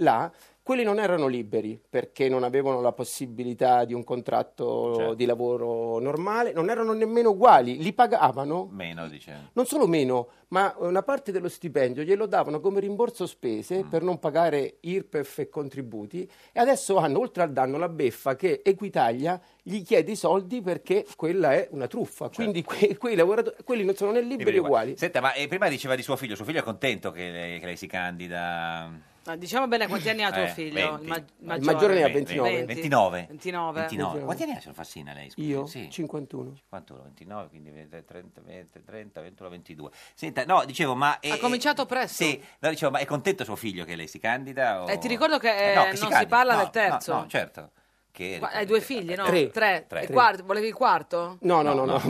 là, quelli non erano liberi perché non avevano la possibilità di un contratto Certo. di lavoro normale, non erano nemmeno uguali, li pagavano Meno dice. non solo meno, ma una parte dello stipendio glielo davano come rimborso spese Mm. per non pagare IRPEF e contributi e adesso hanno oltre al danno la beffa che Equitalia gli chiede i soldi perché quella è una truffa, Certo. quindi que- quei lavoratori, quelli non sono né liberi né uguali. Senta, ma eh, prima diceva di suo figlio, suo figlio è contento che lei, che lei si candida. Ma Diciamo bene quanti anni ha tuo Eh, figlio. 20. Il, ma- maggiore. 29. 29. 29. 29. 29. Quanti anni ha signor Fassina lei? Eh, Scusi? Io? Sì. 51. 51, 29, quindi 20, 30, 20, 30, 21, 22. Senta, no, dicevo, ma... Ha cominciato presto. Sì, no, dicevo, ma è contento suo figlio che lei si candida? O... E ti ricordo che, Eh, no, eh, che non si candida. parla No, del terzo. No, no, certo. Che... Ma Hai due figli, no? Tre. Tre. E quarto- volevi il quarto? No, no, no, no.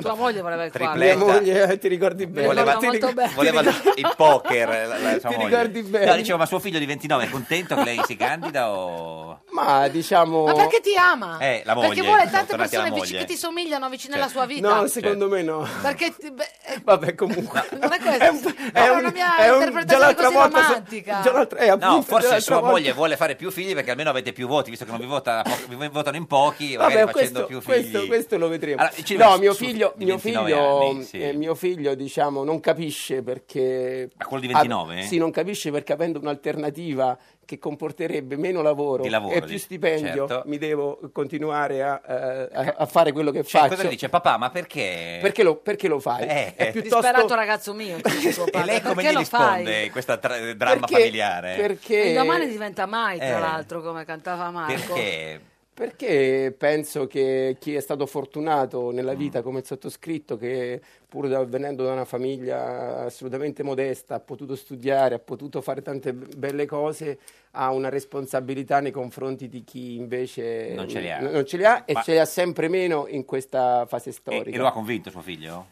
Tua moglie voleva il quarto. Mia Tripletta. moglie, eh, ti ricordi bene? Voleva, Ti ricordi- voleva il poker la, la sua Ti moglie. ricordi bene. No, dicevo, ma suo figlio di 29 è contento che lei si candida o... Ma diciamo... Ma perché ti ama? Eh, la moglie. perché vuole Siamo tante tornati alla persone vic- moglie. che ti somigliano vicine Cioè, alla sua vita. No, secondo me no. Cioè, Perché ti- beh, Vabbè, comunque. non è questo. [laughs] È, una mia è un- già interpretazione l'altra così volta so- romantica. già l'altra- eh, appunto, No, già forse l'altra sua volta- moglie vuole fare più figli perché almeno avete più voti, visto che non vi, vota, vi votano in pochi, Vabbè, magari questo, facendo più figli. questo- questo lo vedremo. Allora, ci- no, mio su- figlio, di mio 29 figlio, anni, sì. eh, mio figlio, diciamo, non capisce perché. Ma quello di 29? Ah, sì, non capisce perché avendo un'alternativa che comporterebbe meno lavoro, Di lavoro, e più dici, stipendio, certo. mi devo continuare a, eh, a- a fare quello che Cioè, faccio. cosa gli dice? Papà, ma perché? Perché lo, perché lo fai? Eh. È piuttosto- Disperato ragazzo mio. dice suo E padre. lei come Perché gli lo fai? risponde questa tra- dramma Perché- familiare? perché- E domani diventa mai, tra Eh. l'altro, come cantava Ecco. Marco. Perché? Perché penso che chi è stato fortunato Mm. nella vita come il sottoscritto, che pur da- venendo da una famiglia assolutamente modesta, ha potuto studiare, ha potuto fare tante be- belle cose, ha una responsabilità nei confronti di chi invece Non ce le ha. n- non ce le ha e Ma- ce le ha sempre meno in questa fase E, storica. e lo ha convinto suo figlio?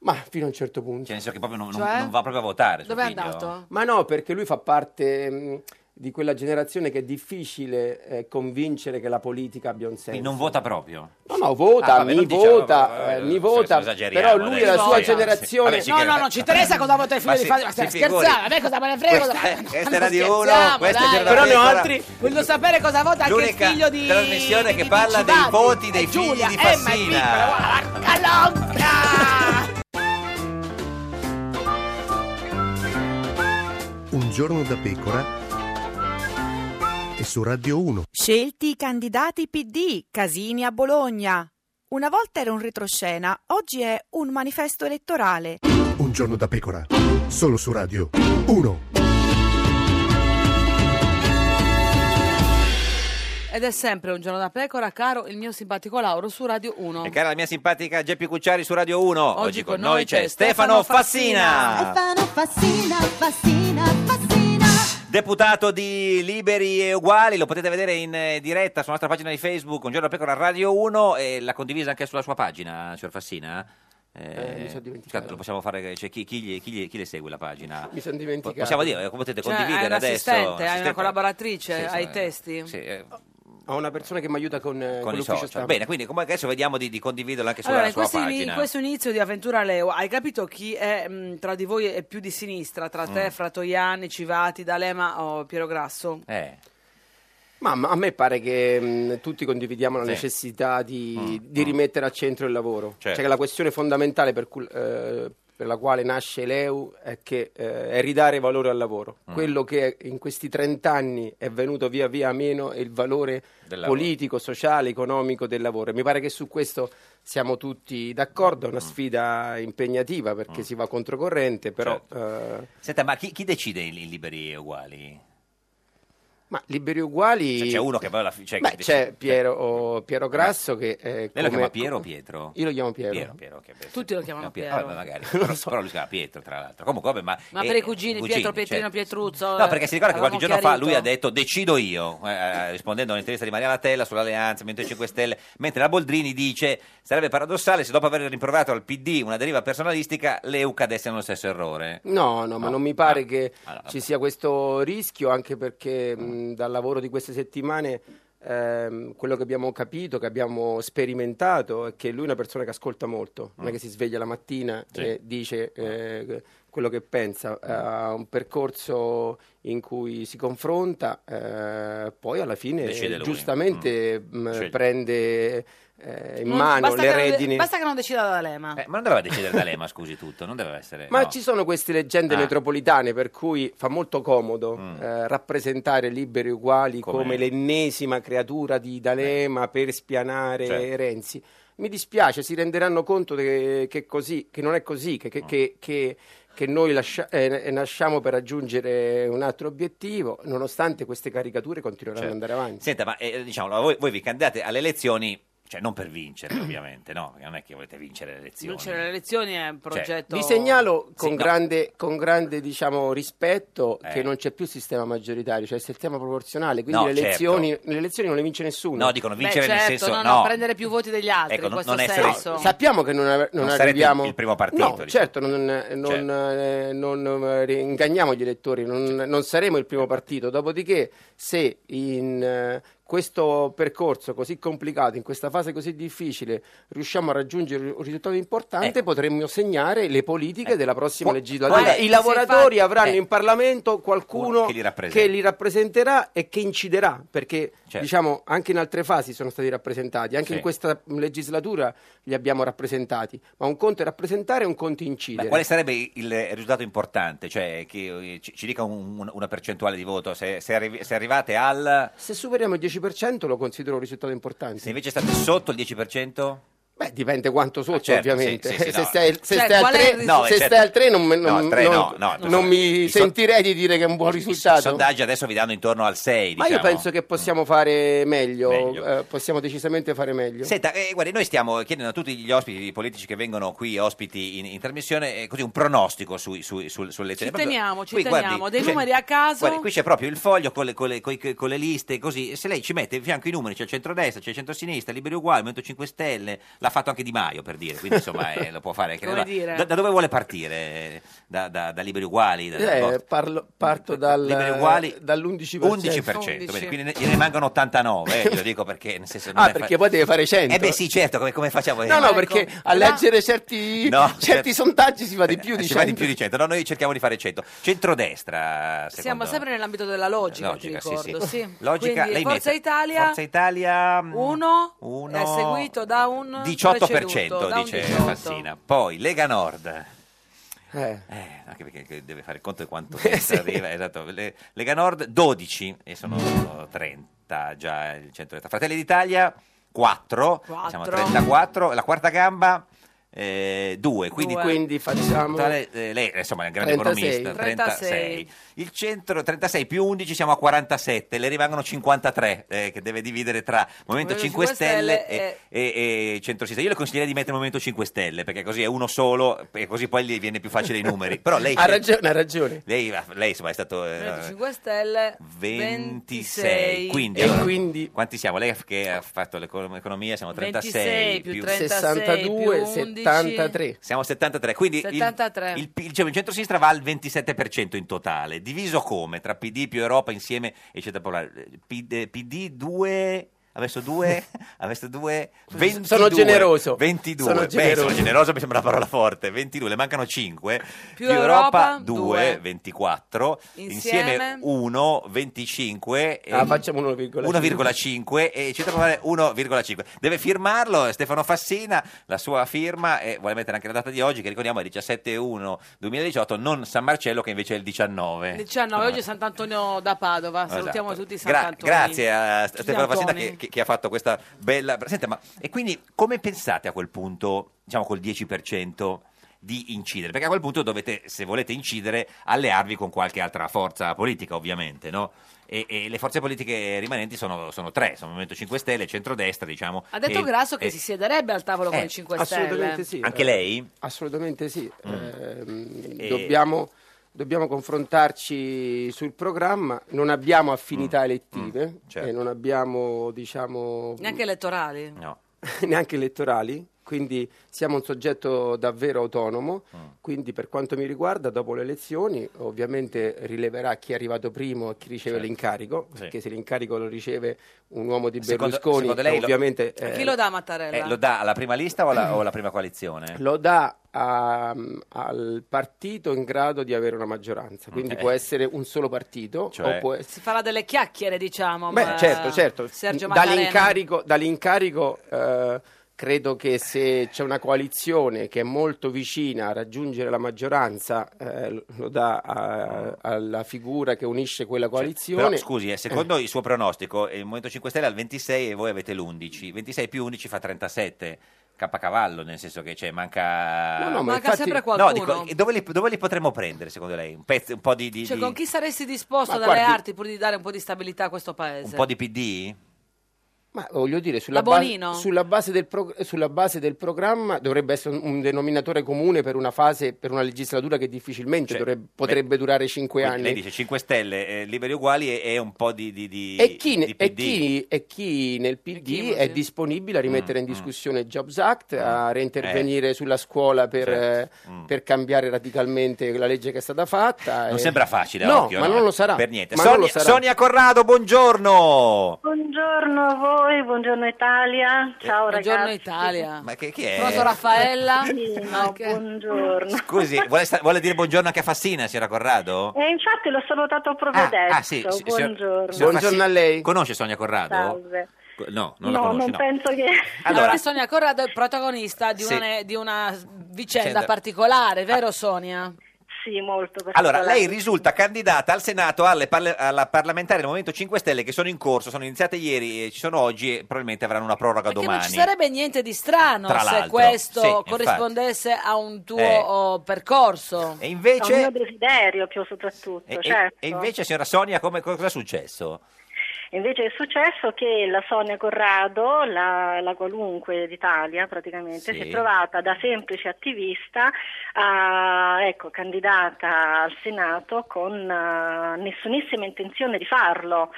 Ma fino a un certo punto. Cioè, nel senso che proprio non, non- Cioè? non va proprio a votare. suo Dove è figlio. andato? Ma no, perché lui fa parte. mh, di quella generazione che è difficile eh, convincere che la politica abbia un senso. Quindi non vota proprio. No, no, vota, Ah, vabbè, mi non diciamo, vota, eh, mi vota, esageriamo, però dai, lui e la sua sì, generazione... vabbè, sì No, no, non ci interessa cosa vota il figlio Ma di si- Fabio, ma si stai figuri. scherzando, a me cosa me ne frega? Questa cosa- è- questa ma è Radio scherziamo, Uno, questa è dai. Giornata Però ne ho Pecora. altri. Voglio sapere cosa vota anche il L'unica figlio di... trasmissione di- che di parla dei Civati. voti È dei figli Giulia, di Emma è Fassina. piccola, guarda, porca longa! Un giorno da pecora e su Radio 1. Scelti i candidati PD, Casini a Bologna. Una volta era un retroscena, oggi è un manifesto elettorale. Un giorno da pecora. Solo su Radio 1. Ed è sempre un giorno da pecora, caro il mio simpatico Lauro su Radio 1. E cara la mia simpatica Geppi Cucciari su Radio 1. Oggi, con noi c'è Stefano Stefano Fassina, Stefano Fassina, Fassina, deputato di Liberi e Uguali. Lo potete vedere in eh, diretta sulla nostra pagina di Facebook, Un giorno da pecora Radio 1. E l'ha condivisa anche sulla sua pagina, signor Fassina. Eh, mi sono dimenticato. certo, lo possiamo fare, cioè, chi, chi gli- chi gli- chi le segue la pagina? Mi sono dimenticato. Possiamo dire, eh, potete Cioè, condividere hai un adesso. assistente, hai una assistente. collaboratrice, Sì, hai i sì, testi. Sì, eh, Ho una persona che mi aiuta con, eh, con con i l'ufficio social. stampa. Bene, quindi come adesso vediamo di, di condividerlo anche sulla Allora, in, sua questi- pagina. in questo inizio di Avventura Leo, hai capito chi è mh, tra di voi è più di sinistra? Tra te, Mm. Fratoiani, Civati, D'Alema o Piero Grasso? eh. Ma, ma a me pare che mh, tutti condividiamo la Sì. necessità di, Mm, di mm. rimettere al centro il lavoro. Certo. Cioè che la questione fondamentale per, cui- eh, per la quale nasce l'EU è, che, eh, è ridare valore al lavoro. Mm. Quello che in questi 30 anni è venuto via via meno è il valore Del lavoro. politico, sociale, economico del lavoro. E Mi pare che su questo siamo tutti d'accordo, è Mm. una sfida impegnativa perché si va controcorrente, però... eh, Senta, ma chi, chi decide i i liberi e uguali? ma liberi e uguali... Cioè, c'è uno che poi alla fine. Cioè, Beh, che c'è decide- Piero, oh, Piero Grasso che eh, Lei lo come- chiama Piero o Pietro? Io lo chiamo Piero. Piero, Piero, che bello. Tutti lo chiamano No, Piero. Eh, Piero, Ah, vabbè, [laughs] magari. Però, però lui si chiama Pietro, tra l'altro. Comunque, vabbè, ma. Ma eh, per i cugini, Pietro, Pietrino, certo. Pietruzzo. eh, No, perché si ricorda che qualche avevamo giorno fa chiarito. lui ha detto decido io, eh, rispondendo a un'intervista di Maria Latella sull'alleanza Movimento 5 Stelle, mentre la Boldrini dice sarebbe paradossale se dopo aver rimproverato al PD una deriva personalistica l'EU cadesse nello stesso errore. No, Ah. no, ma non mi pare che ci sia questo rischio, anche Ah. perché mh, dal lavoro di queste settimane ehm, quello che abbiamo capito, che abbiamo sperimentato, è che lui è una persona che ascolta molto, non è Mm. che si sveglia la mattina Sì. Ah. Mm. e dice eh, quello che pensa, ha un percorso in cui si confronta, eh, poi alla fine Decide lui. Mm. giustamente mh, Sceglie. prende eh, in Non- mano Mm, basta le che non de- redini. basta che non decida D'Alema. Eh, Ma non doveva decidere D'Alema, scusi tutto, non doveva essere... Ma no. ci sono queste leggende Ah. metropolitane per cui fa molto comodo eh, rappresentare liberi e uguali Mm. Come- Eh. come, l'ennesima creatura di D'Alema per spianare Certo. Renzi. Mi dispiace, si renderanno conto de- che, così, che non è così, che, che- Mm. che- che- che noi lascia- eh, eh, nasciamo per raggiungere un altro obiettivo, nonostante queste caricature continueranno ad Certo. andare avanti. Senta, ma eh, diciamo, voi, voi vi candidate alle elezioni, cioè non per vincere ovviamente, no? Perché non è che volete vincere le elezioni. Vincere le elezioni è un progetto... Cioè, Vi segnalo con Cioè, Sì, no. grande, con grande, diciamo, rispetto Eh. che non c'è più sistema maggioritario, cioè il sistema proporzionale, quindi No, le, certo. elezioni, le elezioni non le vince nessuno. No, dicono Beh, vincere certo, nel senso... no, no, no, prendere più voti degli altri, Ecco, in non- questo non essere- senso. Sappiamo che non, av- Non sarete arriviamo... il primo partito, No, diciamo. Cioè. certo, non, eh, non, eh, non, eh, ri- inganniamo gli elettori, non, non saremo il primo partito. Dopodiché, se in eh, questo percorso così complicato, in questa fase così difficile, riusciamo a raggiungere un risultato importante, Ecco. potremmo segnare le politiche della prossima legislatura. Guarda, I se lavoratori fa- avranno eh. in Parlamento qualcuno Che li rappresenta. che li rappresenterà e che inciderà, perché Certo. diciamo anche in altre fasi sono stati rappresentati, anche Sì. in questa legislatura li abbiamo rappresentati, ma un conto è rappresentare e un conto è Ma incidere. quale sarebbe il risultato importante? Cioè, che eh, ci, ci dica un- un- una percentuale di voto, se, se arri- se arrivate al... Se superiamo il 10% lo considero un risultato importante. Se invece state sotto il 10%? Beh, dipende quanto sotto, certo, ovviamente. sì, sì, sì, [laughs] se no. stai, se Cioè, stai al qual è il 3, risultato? se No, certo. stai al tre non, me- non- No, al tre non- no, no, non no. mi I so- sentirei di dire che è un buon I risultato. sondaggi adesso vi danno intorno al 6, Ma io diciamo. penso che possiamo fare meglio, eh, possiamo decisamente fare meglio. Senta, eh, guardi, noi stiamo chiedendo a tutti gli ospiti politici che vengono qui ospiti in, in trasmissione eh, così un pronostico sui- sui- sul- sulle elezioni. Ci teniamo, ci Qui, guardi, teniamo. Dei cioè, numeri a caso... Guardi, qui c'è proprio il foglio con le, con le- coi- con le liste, così. Se lei ci mette in fianco i numeri, c'è il centrodestra, c'è il centrosinistra, Liberi Uguali, Movimento 5 Stelle, la l'ha fatto anche Di Maio per dire, [laughs] quindi insomma eh, lo può fare anche Come allora, dire. Da, da dove vuole partire? Da, da- da Liberi Uguali? Da, da- Eh, parlo- parto dal, Liberi Uguali dall'11%. 11%, bene, quindi ne, ne mancano 89, eh, glielo dico perché nel senso, non è Ah, fa- Ecco. perché poi deve fare 100. Eh beh sì, certo, come, come facciamo? No, Ecco. no, perché a leggere certi, No, certi certo. sondaggi si va di più di Ci va 100. di più di 100, no, noi cerchiamo di fare 100. Centrodestra, Siamo secondo sempre nell'ambito della logica, Logica, ti sì, ricordo. sì. Sì, [laughs] Logica, Quindi lei Forza mette- Italia, Forza Italia 1 uno- è seguito da un 18%, preceduto, da un dice 18. Fassina. Poi Lega Nord. Eh. anche perché che deve fare il conto [laughs] di quanto si arriva. Esatto. Le- Lega Nord 12 e sono 30 già il centro Fratelli d'Italia 4, siamo a Quattro. 34, la quarta gamba 2, quindi, Due. Quindi facciamo- Totale, eh, lei insomma è un grande 36. economista, 36. 36. Il centro 36 più 11 siamo a 47, le rimangono 53 eh, che deve dividere tra Movimento Movimento 5 Cinque Stelle, Stelle e, e, e centrosinistra. Io le consiglierei di mettere Movimento 5 Stelle perché così è uno solo e così poi gli viene più facile i [laughs] numeri. Però lei, Ha ragione, ha ragione. lei, lei, insomma è stato eh, 5 Stelle, 26, quindi, E allora, quindi- quanti siamo? Lei che ha fatto l'economia, siamo 36 26 più 36 62, più 11. 73. Siamo a 73, quindi il- 73. Il, il, diciamo, il centro-sinistra va al 27% in totale, diviso come? Tra PD più Europa insieme, eccetera. popolare. P- eh, PD 2... Ha messo 2, ha messo 2, Sono generoso. 22. Sono Beh, generoso. sono generoso mi sembra una parola forte. 22, le mancano 5. Più Europa, 2, 24. Insieme Insieme. 1, 25. e- Ah, facciamo 1,5. 1,5 e c'è da provare 1,5. Deve firmarlo eh, Stefano Fassina, la sua firma e vuole mettere anche la data di oggi che ricordiamo è 17-1-2018, non San Marcello che invece è il 19. 19, oggi è Sant'Antonio da Padova. Ah, Salutiamo tutti i Esatto. Gra- Sant'Antonio. grazie a Stefano Antoni. Fassina che, che- che ha fatto questa bella... Senta, ma e quindi come pensate a quel punto, diciamo col 10%? di incidere, perché a quel punto dovete, se volete incidere, allearvi con qualche altra forza politica, ovviamente, no? E, e le forze politiche rimanenti sono, sono tre, sono Movimento 5 Stelle, centrodestra, diciamo. Ha detto e- Grasso che e- si siederebbe al tavolo con eh, i 5 Stelle. Assolutamente sì. Anche lei? Assolutamente sì. Mm. Ehm, E- Dobbiamo, dobbiamo confrontarci sul programma. Non abbiamo Mm. affinità elettive certo. e non abbiamo, diciamo, Neanche elettorali. No. [laughs] neanche elettorali. Quindi siamo un soggetto davvero autonomo, Mm. quindi per quanto mi riguarda dopo le elezioni ovviamente rileverà chi è arrivato primo e chi riceve Certo. l'incarico, Sì. perché se l'incarico lo riceve un uomo di Secondo- Berlusconi secondo lei che lo- ovviamente... A eh, Chi lo dà Mattarella? eh, lo dà alla prima lista o alla, o alla prima coalizione? Eh. lo dà a- al partito in grado di avere una maggioranza, quindi Ok. può essere un solo partito Eh. Cioè? o può essere... Si farà delle chiacchiere, diciamo. Beh, ma- certo, certo. Sergio Mattarella. dall'incarico, dall'incarico, eh, credo che se c'è una coalizione che è molto vicina a raggiungere la maggioranza, eh, lo dà a- alla figura che unisce quella coalizione. Cioè, Però, scusi, eh, secondo il suo pronostico, eh, il Movimento 5 Stelle ha il 26 e voi avete l'11. 26 più 11 fa 37. Capacavallo, nel senso che c'è, manca. No, no, ma Manca infatti- sempre qualcuno. No, dico, e dove, li, dove li potremmo prendere, secondo lei? Un, pezzo, un po' di. di- Cioè, di- con chi saresti disposto Ma ad allearti guardi- pur di dare un po' di stabilità a questo paese? un po' di PD? Ma voglio dire, sulla, La ba- Bonino? sulla base del prog- sulla base del programma dovrebbe essere un- un denominatore comune per una fase, per una legislatura che difficilmente Cioè, dovrebbe- potrebbe durare cinque Quindi anni. Lei dice 5 Stelle, eh, liberi uguali e, e un po' di. di, di- E chi, ne- di e PD. chi- e chi nel PD è disponibile a rimettere Mm, in discussione il Jobs Act, a Eh. reintervenire sulla scuola per, Certo. eh, per cambiare radicalmente la legge che è stata fatta? Mm. Non eh. sembra facile, a No, occhio, ma no? non lo sarà. Per niente. Ma Sonia, non lo sarà. Sonia Corrado, buongiorno. Buongiorno a voi, buongiorno Italia. Ciao ragazzi. Eh, buongiorno Italia. Ma che, chi è? Pronto Raffaella? [laughs] Ah, Sì, no, buongiorno. Scusi, vuole, sta- vuole dire buongiorno anche a Fassina, signora Corrado? E infatti l'ho salutato proprio adesso. Oh. Ah, sì, sì, signor- buongiorno. signor Fassina- Conosce Sonia Corrado? Salve. Co- No, non la no, conosce. non no. penso che Allora- Allora, Sonia Corrado è protagonista di Sì. Cioè, una, di una Senta. vicenda particolare, vero Sonia? Sì, molto. Allora, lei risulta candidata al Senato alle parla- alla parlamentare del Movimento 5 Stelle che sono in corso, sono iniziate ieri e ci sono oggi e probabilmente avranno una proroga Che non ci domani. sarebbe niente di strano Tra se l'altro, questo sì, infatti. corrispondesse a un tuo Eh. oh, percorso. E invece- È un mio desiderio più soprattutto, E, e- certo. e invece, signora Sonia, come, co- cosa è successo? Invece è successo che la Sonia Corrado, la, la qualunque d'Italia praticamente, Sì. si è trovata da semplice attivista a ecco, candidata al Senato con eh, nessunissima intenzione di farlo.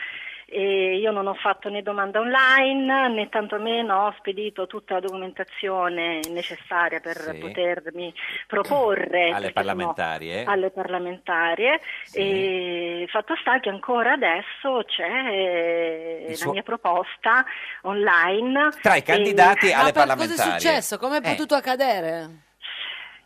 e io non ho fatto né domanda online né tantomeno ho spedito tutta la documentazione necessaria per Sì. potermi proporre Alle perché parlamentari, eh? no, Eh, alle parlamentarie e fatto sta che ancora adesso c'è eh, Il la suo- mia proposta online Tra i candidati E- alle Ma per- parlamentari. cosa è successo? Com'è Eh. potuto accadere?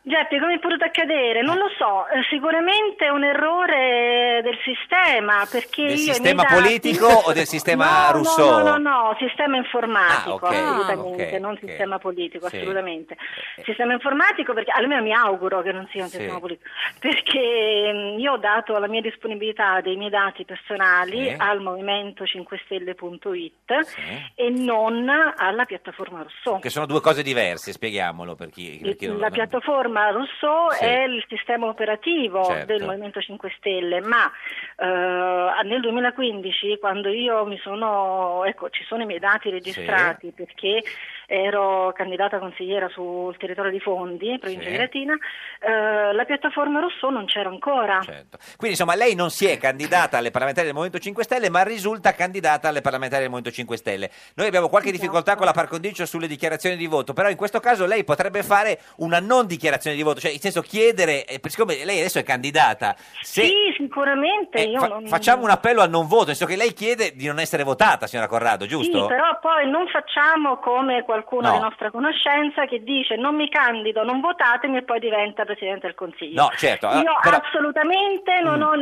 Geppi, come è potuto accadere? Non lo so, eh, sicuramente è un errore del sistema, perché Del io i miei sistema dati- politico o del sistema [laughs] No, russo? No, no, no, no, sistema informatico, Ah, ok, assolutamente, ok, non ok. sistema politico, Sì. assolutamente. Eh. Sistema informatico perché, almeno mi auguro che non sia un Sì. sistema politico, perché mm, io ho dato la mia disponibilità dei miei dati personali Sì. al movimento 5stelle.it e non alla piattaforma Rousseau. Che sono due cose diverse, spieghiamolo per chi, per chi non La lo- piattaforma Rousseau Sì. è il sistema operativo Certo. del Movimento 5 Stelle, ma eh, nel 2015, quando io mi sono, ecco, ci sono i miei dati registrati perché ero candidata consigliera sul territorio di Fondi, provincia Sì. di Latina, eh, la piattaforma Rousseau non c'era ancora. Certo. Quindi insomma lei non si è candidata alle parlamentari del Movimento 5 Stelle ma risulta candidata alle parlamentari del Movimento 5 Stelle. Noi abbiamo qualche Esatto. difficoltà con la par condicio sulle dichiarazioni di voto, però in questo caso lei potrebbe fare una non dichiarazione di voto, cioè in senso chiedere, eh, siccome lei adesso è candidata, se Eh, Sì, sicuramente. io fa- non- facciamo un appello al non voto, nel senso che lei chiede di non essere votata, signora Corrado, giusto? Sì, però poi non facciamo come qualcuno No. di nostra conoscenza che dice non mi candido, non votatemi e poi diventa Presidente del Consiglio. No, certo, allora, Io però- Mm. assolutamente non ho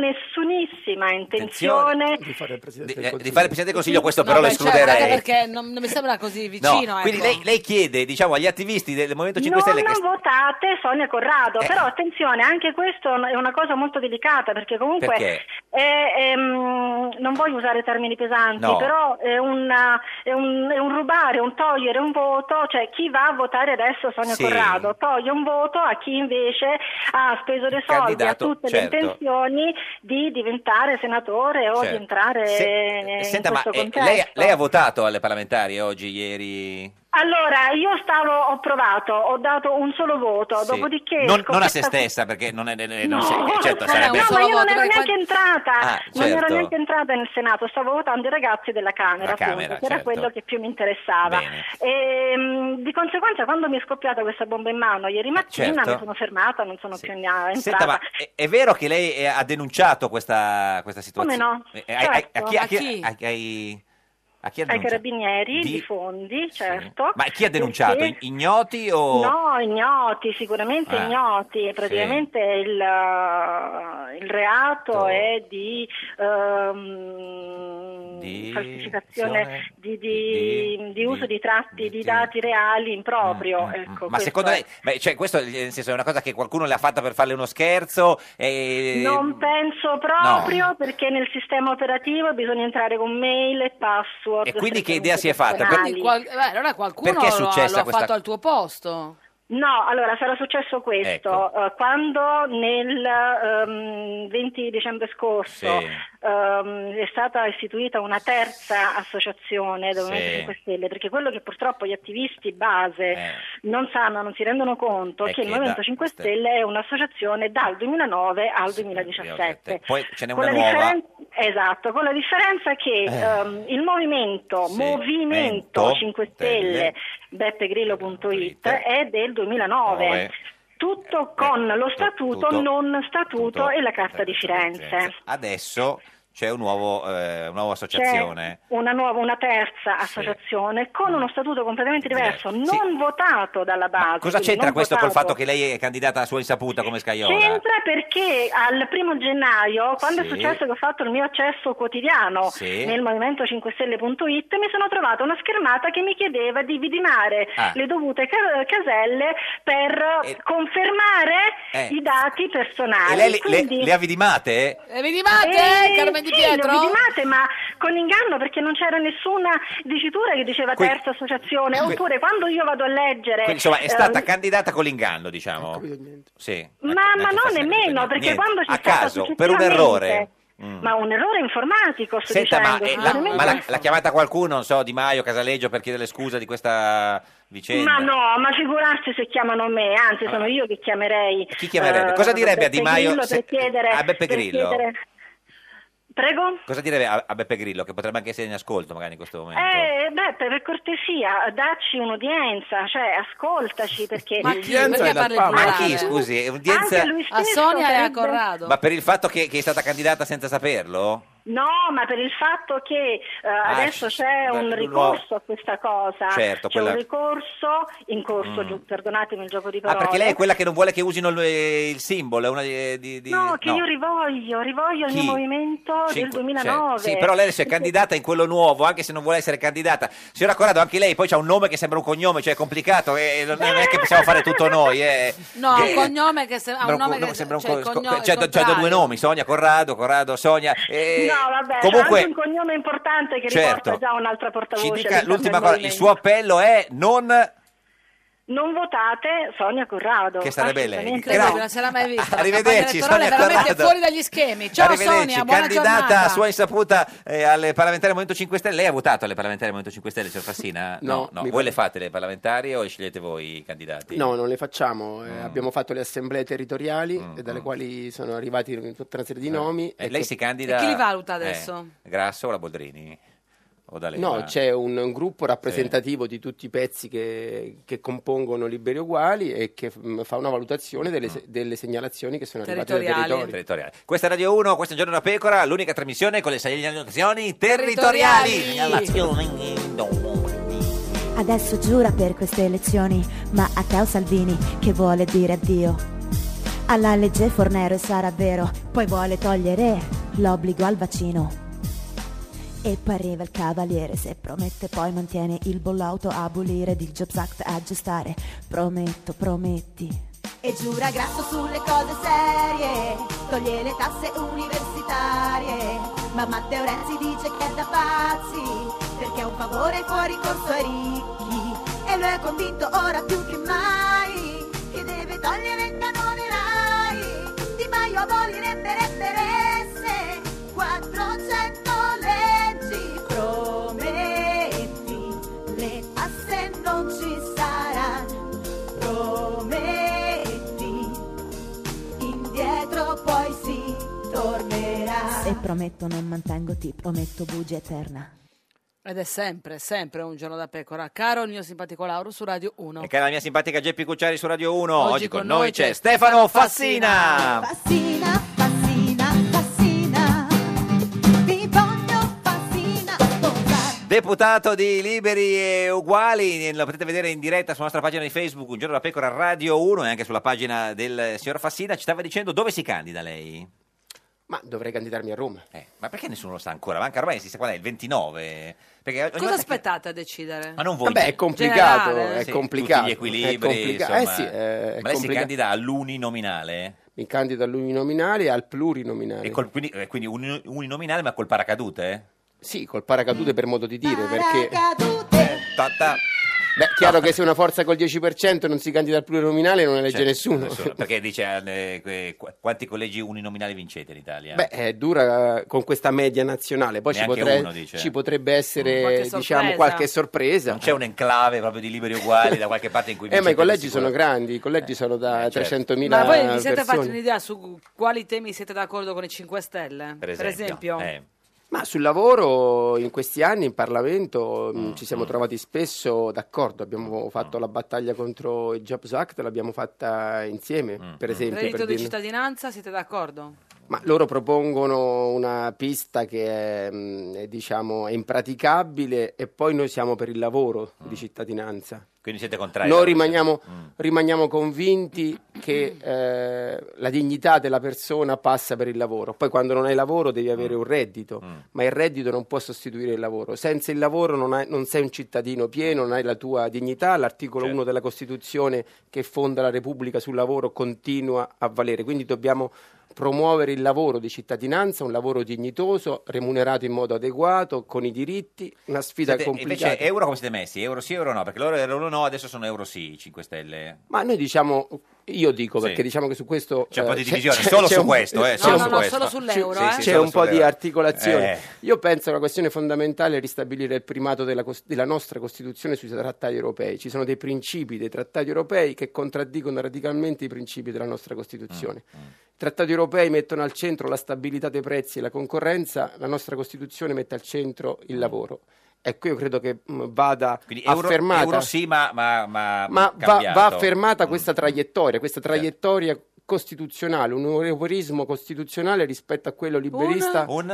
nessunissima intenzione Eh, Di fare il Presidente del Consiglio, questo però No, lo beh, certo, escluderei. anche perché non, non mi sembra così No, vicino. ecco. quindi lei, lei chiede diciamo, agli attivisti del Movimento 5 non Stelle che votate Sonia Corrado, Eh. però attenzione, anche questo è una cosa molto delicata perché comunque Perché? è, ehm, non voglio usare termini pesanti, No. però è, una- è un, è un rubare, un togliere un voto, cioè chi va a votare adesso Sonia Sì. Corrado toglie un voto a chi invece ha speso dei soldi, ha Candidato, tutte certo. le intenzioni di diventare senatore o di Certo. entrare in Senta, ma questo eh, contesto. lei, lei ha votato alle parlamentari oggi, ieri? Allora, io stavo, ho provato, ho dato un solo voto, Sì. dopodiché... non, non a se scoperta- stessa, perché non è. non è- No, non si- eh, certo, no, sarebbe. no, ma io non ero perché neanche entrata, Ah, non ero certo. neanche entrata nel Senato, stavo votando i ragazzi della Camera, La Camera, appunto, che era certo. quello che più mi interessava. Bene. E, mh, di conseguenza, quando mi è scoppiata questa bomba in mano ieri mattina, certo. mi sono fermata, non sono più ne- Senta, entrata. ma è, è vero che lei eh, ha denunciato questa, questa situazione? no? Eh, eh, ai- Certo. A, chi, a, A chi? chi? a chi- ai- a chi ha ai denunciato? carabinieri Di- di, fondi, certo. Ma chi ha denunciato? Perché- Ignoti o. No, ignoti, sicuramente Ah, ignoti. Praticamente il, eh, il reato è di, ehm, Di- falsificazione, di, di- di uso di tratti di dati reali improprio. ecco, Ma questo secondo è. lei, beh, cioè, questo eh, nel senso, è una cosa che qualcuno le ha fatta per farle uno scherzo? E... Non penso proprio perché nel sistema operativo bisogna entrare con mail e password. E quindi che strettamente idea si è fatta? personali. Per- Qual- beh, allora qualcuno Perché è lo, lo ha successa fatto questa- al tuo posto. No, allora sarà successo questo. Ecco. Eh, quando nel ehm, 20 dicembre scorso Sì. ehm, è stata istituita una terza associazione del Sì. Movimento 5 Stelle, perché quello che purtroppo gli attivisti base non sanno, non si rendono conto, Eh. È che il che Movimento da- 5 Stelle è un'associazione dal 2009 al 2017. eh, Poi ce n'è Con una la nuova. Eh. differen- esatto, con la differenza che ehm, il movimento Movimento Mento, 5 Stelle Stelle, beppegrillo.it è del 2009. Nove. Eh, Tutto con lo statuto, tutto- non statuto tutto- e la Carta di Firenze. Adesso c'è un nuovo, eh, una nuova C'è associazione. una nuova, una terza associazione con uno statuto completamente diverso, non votato dalla base. Cosa quindi c'entra non questo col votato. fatto che lei è candidata a sua insaputa come Scaiola? C'entra perché al primo gennaio, quando Sì. è successo che ho fatto il mio accesso quotidiano Sì. nel movimento 5 Stelle.it, mi sono trovata una schermata che mi chiedeva di vidimare Ah. le dovute ca- caselle per confermare Eh. i dati personali. E lei le, le, Quindi- le avidimate? e vidimate, Carmen Di sì, Pietro? lo vidimate, ma con inganno perché non c'era nessuna dicitura che diceva Que- terza associazione. que- Oppure quando io vado a leggere. Quindi, insomma, è stata ehm, candidata con l'inganno, diciamo. Sì. ma, ma anche non forse nemmeno, perché Niente. quando c'è A stata caso, per un successivamente- errore. Ma un errore informatico, sto Mm. Senta, ma, dicendo. eh, la, sicuramente. ma la- l'ha chiamata qualcuno, non so, Di Maio, Casaleggio, per chiedere scusa di questa vicenda? Ma no, ma figurarsi se chiamano me, anzi sono Ah. io che chiamerei. Chi chiamerebbe? Cosa eh, direbbe a Beppe Di Maio Grillo se- per chiedere, a Beppe per Grillo? chiedere- Prego? Cosa direbbe a, a Beppe Grillo, che potrebbe anche essere in ascolto magari in questo momento? Eh, Beppe, per cortesia, dacci un'udienza, cioè ascoltaci perché... Ma chi? Perché Perché parli parla di Ma plurale? chi, scusi? Udienza- Anche lui A stesso Sonia e a sarebbe- Corrado. Ma per il fatto che, che è stata candidata senza saperlo? No, ma per il fatto che eh, adesso c- c'è Ah, beh, un no. ricorso a questa cosa, Certo, c'è quella- un ricorso in corso, Mm. giu- perdonatemi il gioco di Ah, parole. perché lei è quella che non vuole che usino il, il simbolo, è una di... di- di- No, che no. io rivoglio, rivoglio il Chi? mio movimento del Cinque- 2009. cioè, sì, però lei si è Perché- candidata in quello nuovo, anche se non vuole essere candidata. Signora Corrado, anche lei poi ha un nome che sembra un cognome, cioè è complicato, e non è che possiamo fare tutto noi. [laughs] Eh. No, Che- un cognome che se- ha un sembra un nome co- che sembra un cioè, il co- cognome- cioè, il do- cioè, do due contrario. nomi, Sonia, Corrado, Corrado, Sonia. eh, [laughs] No, vabbè, comunque, anche un cognome importante che certo. riporta già un'altra ci portavoce. dica all'interno l'ultima del cosa, il suo appello è non... Non votate Sonia Corrado. Che sarebbe lei. assolutamente Gra- no. Non se l'ha mai vista. la [laughs] Arrivederci, campagna elettorale Sonia è veramente Corrado. fuori dagli schemi. cioè, Ciao Arrivederci, Sonia, buona candidata giornata. a sua insaputa eh, alle parlamentari Movimento 5 Stelle. Lei ha votato alle parlamentari Movimento 5 Stelle, signor Fassina? No, no. mi Voi le fate le parlamentari o scegliete voi i candidati? No, non le facciamo. Mm. eh, abbiamo fatto le assemblee territoriali, eh, dalle quali sono arrivati tutta una serie di nomi. ecco. Eh, lei si candida... E chi li valuta Eh, adesso? Grasso o la Boldrini? O D'Alema? No, c'è un, un gruppo rappresentativo di tutti i pezzi che, che compongono Liberi Uguali e che mm, fa una valutazione delle, se- delle segnalazioni che sono arrivate dai territori. Territoriali. Questa è Radio 1, questo è Un Giorno da Pecora, l'unica trasmissione con le segnalazioni Territoriali. territoriali. Segnalazioni. Adesso giura per queste elezioni, ma a Teo Salvini che vuole dire addio. Alla legge Fornero e sarà vero, poi vuole togliere l'obbligo al vaccino. E poi arriva il cavaliere, se promette poi mantiene il bollauto, abolire il Jobs Act, aggiustare. Prometto, prometti. E giura grasso sulle cose serie, toglie le tasse universitarie. Ma Matteo Renzi dice che è da pazzi, perché è un favore fuori corso ai ricchi. E lo è convinto ora più che mai, che deve togliere il canone RAI. Di Maio abolirebbe l'FRS, 400 leggi prometti, le tasse non ci saranno prometti, indietro poi si tornerà. Se prometto non mantengo, ti prometto bugia eterna. Ed è sempre, sempre un giorno da pecora. Caro il mio simpatico Lauro su Radio 1. E cara la mia simpatica Geppi Cucciari su Radio 1, oggi, con, noi, c'è Stefano Stefano Fassina. Fassina. Fassina, Fassina, Fassina, ti voglio Fassina. Deputato di Liberi e Uguali, lo potete vedere in diretta sulla nostra pagina di Facebook, Un giorno da pecora Radio 1 e anche sulla pagina del signor Fassina. Ci stava dicendo dove si candida lei? Eh, Ma dovrei candidarmi a Roma. Ma perché nessuno lo sa ancora? Manca ormai si sa qual è, il 29? Perché ogni Cosa volta che- aspettate a decidere? eh, Ma non voi. Vabbè, è complicato, Generale. è Sì, complicato. Tutti gli equilibri, è complicato. insomma. Eh sì, eh, è Ma lei si complicato. candida all'uninominale? Mi candido all'uninominale e al plurinominale. E col- quindi, eh, quindi uni- uninominale ma col paracadute? eh? Sì, col paracadute per modo di dire, perché... Eh, Ta- ta- Beh, chiaro che se una forza col 10% non si candida al plurinominale non elegge Cioè, nessuno. nessuno, Perché dice eh, que- qu- quanti collegi uninominali vincete in Italia? Beh, è dura con questa media nazionale, poi ci, Neanche potre- uno, dice. eh. ci potrebbe essere Qualche qualche, sorpresa. diciamo, qualche sorpresa. non c'è un enclave proprio di liberi uguali da qualche parte in cui Eh, ma i vincete collegi sicuro- sono grandi, i collegi sono da certo. 300.000 Ma voi vi siete fatti persone. un'idea su quali temi siete d'accordo con i 5 Stelle? Per Per esempio. esempio? Eh. Ma sul lavoro in questi anni in Parlamento Mm, mh, ci siamo trovati spesso d'accordo, abbiamo fatto la battaglia contro il Jobs Act, l'abbiamo fatta insieme, Mm, per esempio. per Reddito di dirne- cittadinanza, siete d'accordo? Ma loro propongono una pista che è, mh, è, diciamo, è impraticabile e poi noi siamo per il lavoro Mm. di cittadinanza. Quindi siete contrari? Noi alla- rimaniamo, Mm. rimaniamo convinti che eh, la dignità della persona passa per il lavoro. Poi quando non hai lavoro devi Mm. avere un reddito, ma il reddito non può sostituire il lavoro. Senza il lavoro non, hai- non sei un cittadino pieno, non hai la tua dignità. L'articolo Certo. 1 della Costituzione che fonda la Repubblica sul lavoro continua a valere. Quindi dobbiamo promuovere il lavoro di cittadinanza, un lavoro dignitoso, remunerato in modo adeguato, con i diritti, una sfida Siete- complicata. invece euro come siete messi? Euro sì, euro no? Perché loro euro no, adesso sono euro sì, 5 Stelle. Ma noi diciamo Io dico Sì. perché diciamo che su questo C'è un po' di eh, divisione, solo c'è su un- questo, eh, c'è solo un- su No, no, no, questo. solo sull'euro, Sì, eh. sì, C'è solo un po' di sull'euro. articolazione. Eh. Io penso che una questione fondamentale è ristabilire il primato della, cos- della nostra Costituzione sui trattati europei. Ci sono dei principi dei trattati europei che contraddicono radicalmente i principi della nostra Costituzione. Mm, I trattati europei mettono al centro la stabilità dei prezzi e la concorrenza, la nostra Costituzione mette al centro il lavoro. Ecco, io credo che mh, vada Quindi euro, affermata euro sì, ma, ma, ma, ma va, cambiato. Mm. Eh. va affermata questa traiettoria, questa traiettoria costituzionale, un europeismo costituzionale rispetto a quello liberista Un-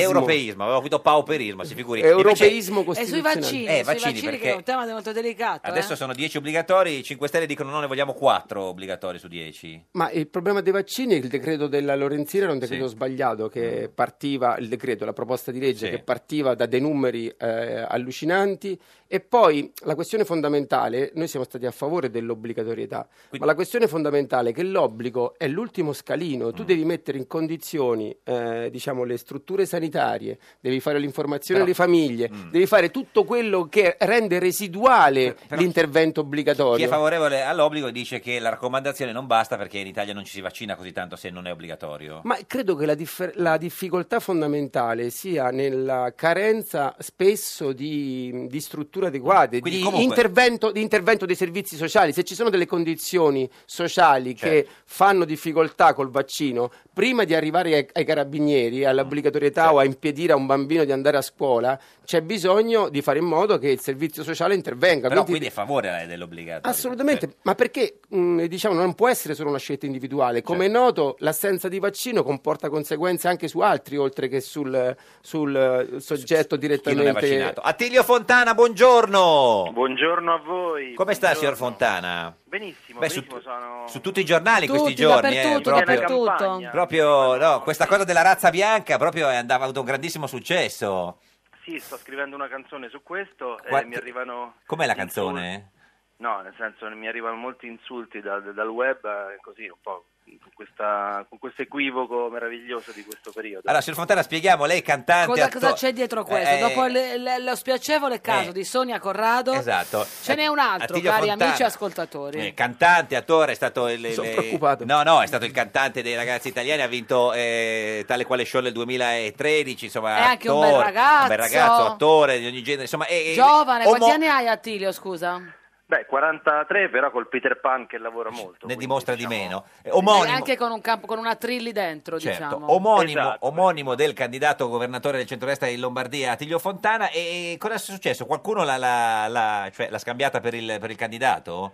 Eh, Europeismo, avevo capito pauperismo, si figuri. Europeismo Invece- E sui vaccini, Eh, sui vaccini, vaccini, che è perché un tema molto delicato. adesso eh. sono 10 obbligatori, i 5 Stelle dicono no, ne vogliamo 4 obbligatori su 10. Ma il problema dei vaccini, il decreto della Lorenzina era un decreto sbagliato che partiva, il decreto, la proposta di legge Mm. Sì. che partiva da dei numeri eh, allucinanti e poi la questione fondamentale, noi siamo stati a favore dell'obbligatorietà, ma la questione fondamentale è che l'obbligo è l'ultimo scalino, Mm. tu devi mettere in condizioni eh, diciamo, le strutture sanitarie, devi fare l'informazione alle famiglie, Mm. devi fare tutto quello che rende residuale l'intervento obbligatorio. Chi è favorevole all'obbligo dice che la raccomandazione non basta perché in Italia non ci si vaccina così tanto se non è obbligatorio. Ma credo che la, differ- la difficoltà fondamentale sia nella carenza spesso di, di strutture adeguate, Quindi di, comunque- intervento, di intervento dei servizi sociali. Se ci sono delle condizioni sociali che Certo. fanno difficoltà col vaccino, prima di arrivare ai, ai carabinieri, all'obbligatorietà Certo. o a impedire a un bambino di andare a scuola, c'è bisogno di fare in modo che il servizio sociale intervenga. Però Quindi- quindi è a favore eh, dell'obbligatorio. Eh. Assolutamente, ma perché mh, diciamo non può essere solo una scelta individuale. Come Certo. è noto, l'assenza di vaccino comporta conseguenze anche su altri, oltre che sul, sul, eh, soggetto Chi non è direttamente. vaccinato. Attilio Fontana, buongiorno. Buongiorno a voi. Come sta, signor Fontana? Benissimo, Beh, benissimo sono... Su tutti i giornali Tutti, questi giorni, eh, dappertutto, proprio, dappertutto. Campagna. proprio no, questa cosa della razza bianca proprio è andava ha avuto un grandissimo successo. Sì, sto scrivendo una canzone su questo e Qua- mi arrivano... Com'è la canzone? No, nel senso mi arrivano molti insulti dal, dal web, eh, così un po' con, questa- con questo equivoco meraviglioso di questo periodo. Allora, signor Fontana, spieghiamo, lei è cantante Cosa, atto- cosa c'è dietro questo? Eh, Dopo le- le- lo spiacevole caso eh. di Sonia Corrado, Esatto. ce n'è un altro, Attilio cari Fontana. amici ascoltatori. Eh, cantante, attore, è stato il. Sono il- preoccupato. No, no, è stato il cantante dei ragazzi italiani, ha vinto eh, tale quale show nel 2013. Insomma, È anche un bel attore, ragazzo. un bel ragazzo, attore di ogni genere. Insomma, è, è- Giovane, omo- quanti anni hai Attilio, scusa? Beh, 43 però col Peter Pan che lavora molto. ne dimostra di meno. Eh, E Omonimo, anche con un campo, con una trilli dentro, certo, diciamo. omonimo, Esatto. omonimo del candidato governatore del centrodestra in Lombardia, Attilio Fontana. E cosa è successo? Qualcuno l'ha, l'ha- l'ha- cioè, l'ha scambiata per il, per il candidato?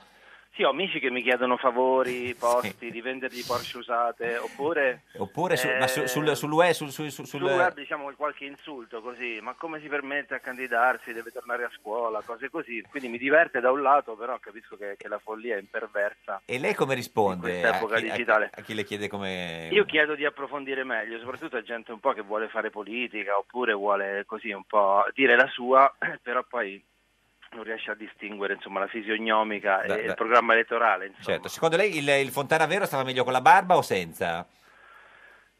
Sì, ho amici che mi chiedono favori, posti, di vendergli Porsche usate, oppure... Oppure su- Eh, ma su- sul, sull'UE, sul, sul, sul- Sul web diciamo qualche insulto così, ma come si permette a candidarsi, deve tornare a scuola, cose così. Quindi mi diverte da un lato, però capisco che, che la follia è imperversa. E lei come risponde a quest'epoca chi, a- digitale. a chi le chiede come... Io chiedo di approfondire meglio, soprattutto a gente un po' che vuole fare politica oppure vuole così un po' dire la sua, [clears throat] però poi non riesce a distinguere insomma la fisionomica Da- e da- il programma elettorale. insomma. Certo, secondo lei il, il Fontana Vero stava meglio con la barba o senza?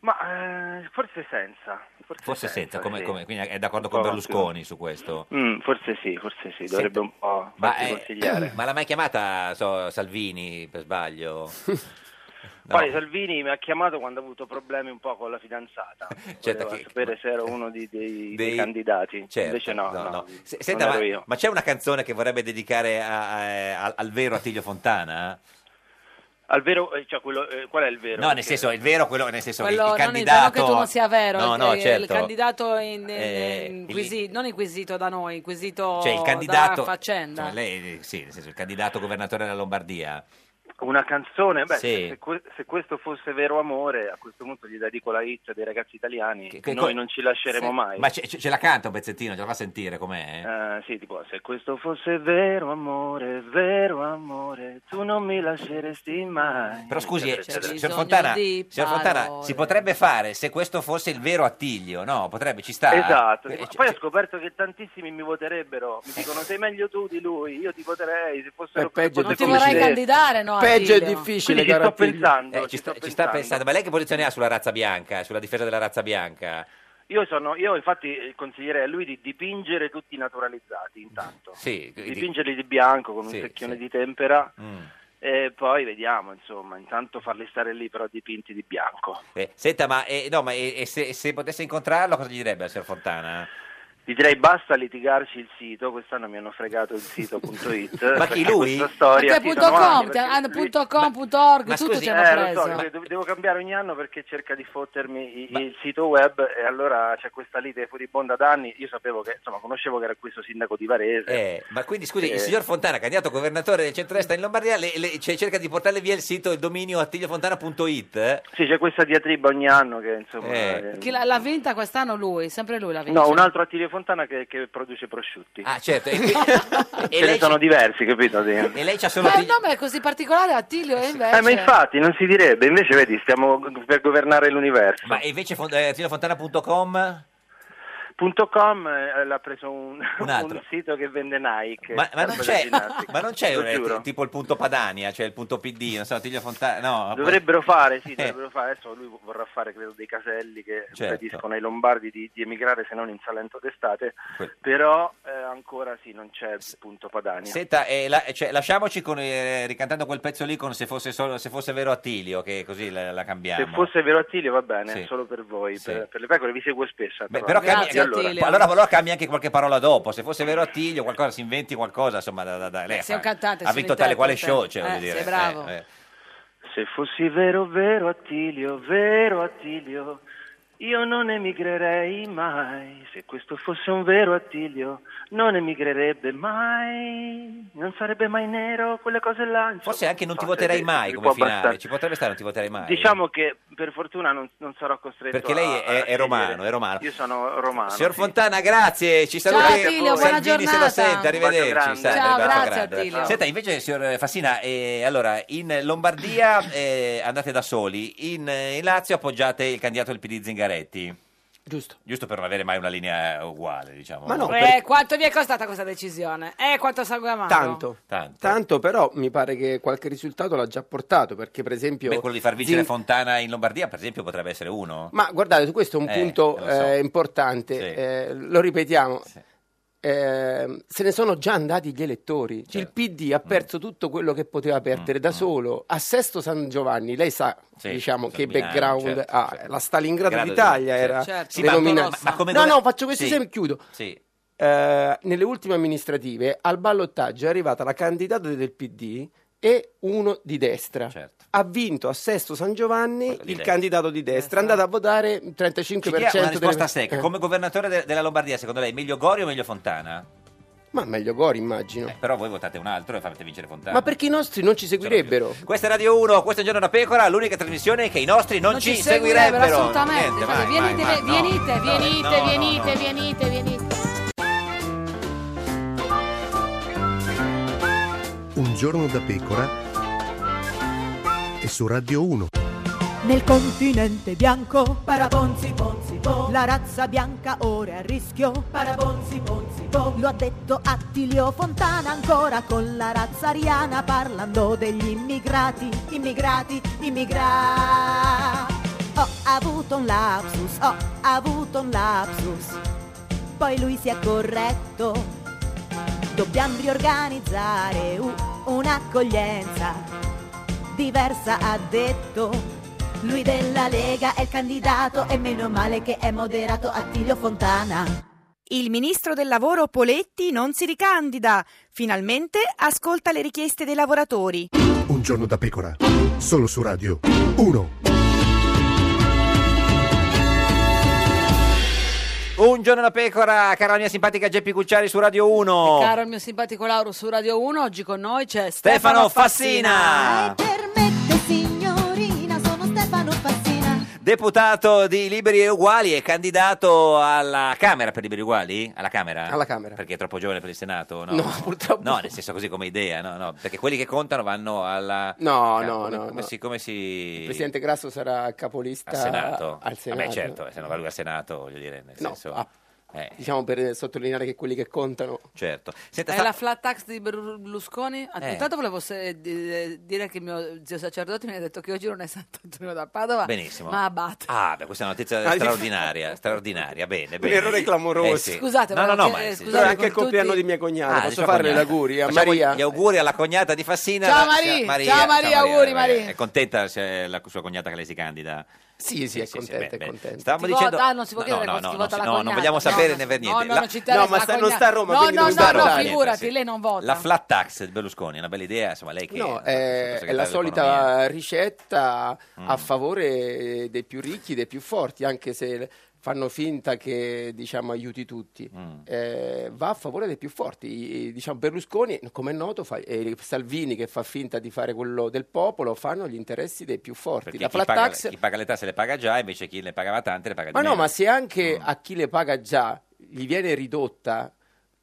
Ma eh, forse senza. Forse, Forse senza, come, sì. come- quindi è d'accordo Un con po' Berlusconi su questo? Mm, forse sì, forse sì, Senta, dovrebbe un po' Ma, farsi eh, consigliare. [clears throat] ma l'ha mai chiamata so, Salvini per sbaglio? No. Poi Salvini mi ha chiamato quando ha avuto problemi un po' con la fidanzata. [laughs] Certo, Voleva che- sapere se ero uno di- dei, dei Dei- candidati. Certo, Invece no, no, no, no. Se- non senta, ero ma, io. ma c'è una canzone che vorrebbe dedicare a- a- al, al vero Attilio Fontana? Al vero, eh, cioè quello, eh, qual è il vero? No, nel senso, il vero, quello, nel senso, il- Quello il, non candidato... è vero che tu non sia vero, No, il- no, il, certo. candidato in- in- Eh, inquisi- non inquisito da noi, inquisito Cioè, il candidato... da faccenda. Cioè, lei, eh, sì, nel senso, il candidato governatore della Lombardia. Una canzone, beh, Sì. se- se, que- se questo fosse vero amore, a questo punto gli dedico la hit dei ragazzi italiani. che noi co- non ci lasceremo Sì. mai. Ma ce, ce- ce la canta un pezzettino, ce la fa sentire com'è? Eh, sì, tipo, se questo fosse vero amore, vero amore, tu non mi lasceresti mai. Però scusi, eh, Eccetera, signor eccetera. Fontana, signor Fontana, si potrebbe fare se questo fosse il vero Attilio, no? Potrebbe, ci sta. Esatto, Eh, tipo, c- poi ho scoperto che tantissimi mi voterebbero, mi dicono sei meglio tu di lui, io ti voterei se Eh. fossero peggio è fosse Non Ti come vorrai te. candidare, no? Peggio è Attilio? Quindi difficile, ci sto caro Attilio. pensando, eh, ci, sta, ci sta pensando, ma lei che posizione ha sulla razza bianca, sulla difesa della razza bianca? Io, sono, io infatti eh, consiglierei a lui di dipingere tutti naturalizzati intanto, Sì, di- dipingerli di bianco con un Eh, Sì, secchione sì. di tempera Mm. E poi vediamo, insomma, intanto farli stare lì però dipinti di bianco. Eh, senta, ma, eh, no, ma eh, e se, se potesse incontrarlo cosa gli direbbe al signor Fontana? Gli direi basta litigarci il sito, quest'anno mi hanno fregato il sito.it. [laughs] Ma chi, perché lui? questa storia- Perché sì, Eh, punto sono anni, com, perché- hanno punto com, punto org, tutto ci hanno eh, lo preso. so, de- devo cambiare ogni anno perché cerca di fottermi i- il sito web e allora c'è questa lite furibonda da anni. Io sapevo che, insomma, conoscevo che era questo sindaco di Varese. Eh, ma quindi scusi, Eh. il signor Fontana, candidato governatore del centrodestra in Lombardia, le- le- cioè, cerca di portarle via il sito, il dominio attigliofontana.it? eh? Sì, c'è questa diatriba ogni anno che, insomma... eh, Che la- l'ha vinta quest'anno lui, sempre lui l'ha vinta. No, un altro Attilio Fontana che, che produce prosciutti. Ah, [laughs] certo. E, Ce ne sono diversi, capito? Sì. e lei c'ha solo... Eh, Ma il nome è così particolare, Attilio, e invece... Eh, ma infatti non si direbbe, invece vedi, stiamo g- per governare l'universo. Ma e invece fon- eh, attigliofontana.com? Punto .com eh, l'ha preso un, Un altro. un sito che vende Nike. Ma, ma non roba da c'è, ginnastica. ma non c'è Lo un- eh, giuro. tipo il punto Padania, cioè il punto PD, non so, Attilio Fontana... No, Dovrebbero fare, sì, Eh. dovrebbero fare. Adesso lui vorrà fare, credo, dei caselli che Certo. impediscono ai lombardi di, di emigrare se non in Salento d'estate, Quel- però eh, ancora sì, non c'è il punto Padania. Senta, eh, la- cioè, lasciamoci con, eh, ricantando quel pezzo lì con se fosse, solo- se fosse vero Attilio, che così la, la cambiamo. Se fosse vero Attilio va bene, Sì. solo per voi, Sì. per, per le pecore vi seguo spesso. Beh, tra però l'altro. cambi, allora, allora, allora cambi anche qualche parola dopo. Se fosse vero Attilio, qualcosa, si inventi qualcosa, insomma, da, da- da- lei Beh, Eh, fa- sei un cantante, ha sei un vinto tale quale interprete. show, cioè, voglio Eh, dire. sei bravo. eh, eh. Se fossi vero, vero Attilio, vero Attilio, io non emigrerei mai. Se questo fosse un vero Attilio, non emigrerebbe mai. Non sarebbe mai nero, quelle cose là. insomma. Forse anche non ti So, voterei se- mai se come può finale, abbassare. ci potrebbe stare non ti voterei mai. Diciamo che per fortuna non, non sarò costretto Perché lei a- a è- è scegliere. romano, è romano. eh, Io sono romano. Signor sì. Fontana, grazie, ci Ciao, saluti. Attilio, buona Salvini se lo giornata. sente, arrivederci. Un bacio grande. salve, Ciao, bacio grazie, grande. Attilio. Senta, invece, signor Fassina, eh, allora, in Lombardia eh, andate da soli, in, eh, in Lazio appoggiate il candidato del PD Zingaretti. Giusto. Giusto per non avere mai una linea uguale, diciamo. eh, quanto vi è costata questa decisione? Eh, quanto sangue amaro? Tanto. Tanto. però mi pare che qualche risultato l'ha già portato, perché per esempio... Beh, quello di far vincere Zing- Fontana in Lombardia, per esempio, potrebbe essere uno. Ma guardate, su questo è un Eh, punto lo so. eh, importante, Sì. eh, lo ripetiamo. Eh, se ne sono già andati gli elettori. Certo. Cioè, Il PD ha Mm. perso tutto quello che poteva perdere da solo. A Sesto San Giovanni, lei sa Sì, diciamo San che Milano, background certo, ha. La Stalingrado Grado di- d'Italia sì. era Certo. Sì, ma- denominata. ma- ma come no, dove- no, faccio questo Sì. esempio e chiudo. Sì. Eh, nelle ultime amministrative al ballottaggio è arrivata la candidata del PD e uno di destra. Ha vinto a Sesto San Giovanni il Certo. destra. candidato di destra, è andato a votare il 35% Ci dia una delle- risposta secca. Eh. Come governatore de- della Lombardia, secondo lei, meglio Gori o meglio Fontana? Ma meglio Gori, immagino. Però voi votate un altro e fate vincere Fontana. Ma perché i nostri non ci seguirebbero? Questa è Radio 1, questo è Un Giorno da Pecora, l'unica trasmissione che i nostri non, Non ci, ci seguirebbero. seguirebbero, assolutamente. Niente, Infatti, mai, Venite, mai, mai, no. venite, No, venite, no, no, venite, no. venite, venite. Un giorno da pecora e su Radio 1. Nel continente bianco Parabonzi, bonzi, bo. la razza bianca ora è a rischio. Parabonzi, bonzi, bo. Lo ha detto Attilio Fontana ancora con la razza ariana parlando degli immigrati, immigrati, immigrati. Ho avuto un lapsus, ho avuto un lapsus. Poi lui si è corretto. Dobbiamo riorganizzare u- un'accoglienza diversa, ha detto. Lui della Lega è il candidato e meno male che è moderato Attilio Fontana. Il ministro del lavoro Poletti non si ricandida. Finalmente ascolta le richieste dei lavoratori. Un giorno da pecora, solo su Radio 1. Un giorno da pecora, cara la mia simpatica Geppi Cucciari su Radio 1. Caro il mio simpatico Lauro su Radio 1, oggi con noi c'è Stefano Fassina, signorina, sono Stefano Fassina. deputato di Liberi e Uguali e candidato alla Camera per Liberi e Uguali? Alla Camera? Alla Camera. Perché è troppo giovane per il Senato? No, No, [laughs] purtroppo. No, nel senso così come idea, no, no, perché quelli che contano vanno alla... No, Ca- no, come- no, Come no. si... Come si... Il presidente Grasso sarà capolista Al Senato. certo, eh, al Senato. Vabbè, certo, se non va lui al Senato, voglio dire, nel No, senso... a- diciamo per sottolineare che quelli che contano. Certo. È la flat tax di Berlusconi? Ah, Eh. Intanto volevo se- di- dire che mio zio sacerdote mi ha detto che oggi non è Sant'Antonio da Padova, Benissimo. ma abate. Ah, beh, questa è una [laughs] Ah, notizia gli- straordinaria, straordinaria, bene, bene. errore clamoroso. Eh, sì. Scusate, no, no, volevo no, ma chiedere- eh, sì. scusate, Anche il compleanno di mia cognata, Ah, di posso sua farle gli cognata. auguri a Facciamo Maria? Gli auguri alla cognata di Fassina. Ciao la- Maria, signora ciao Maria, auguri, Maria. È contenta se la sua cognata che lei si candida? Sì, sì, è contenta, è contenta. Stavamo Si dicendo vota? Ah, non si può No, chiedere no, cosa no, si no, vota la no, non cognata. vogliamo No, sapere no, né per niente. no, no, La- non ci interessa, No, ma la sta- non cognata- sta a Roma, no, quindi no, non no, sta a no, Roma. figurati, Niente, lei non vota. La flat tax di Berlusconi, è una bella idea, insomma, lei che No, è è, è la sottosegretario solita ricetta Mm. a favore dei più ricchi, dei più forti, anche se fanno finta che diciamo, aiuti tutti. Mm. Eh, va a favore dei più forti. I- i- Diciamo, Berlusconi, come è noto, fa- e Salvini che fa finta di fare quello del popolo, fanno gli interessi dei più forti. perché la chi flat paga, tax chi paga le tasse le paga già, invece chi le pagava tante le paga di Ma no, meno. ma se anche a chi le paga già gli viene ridotta,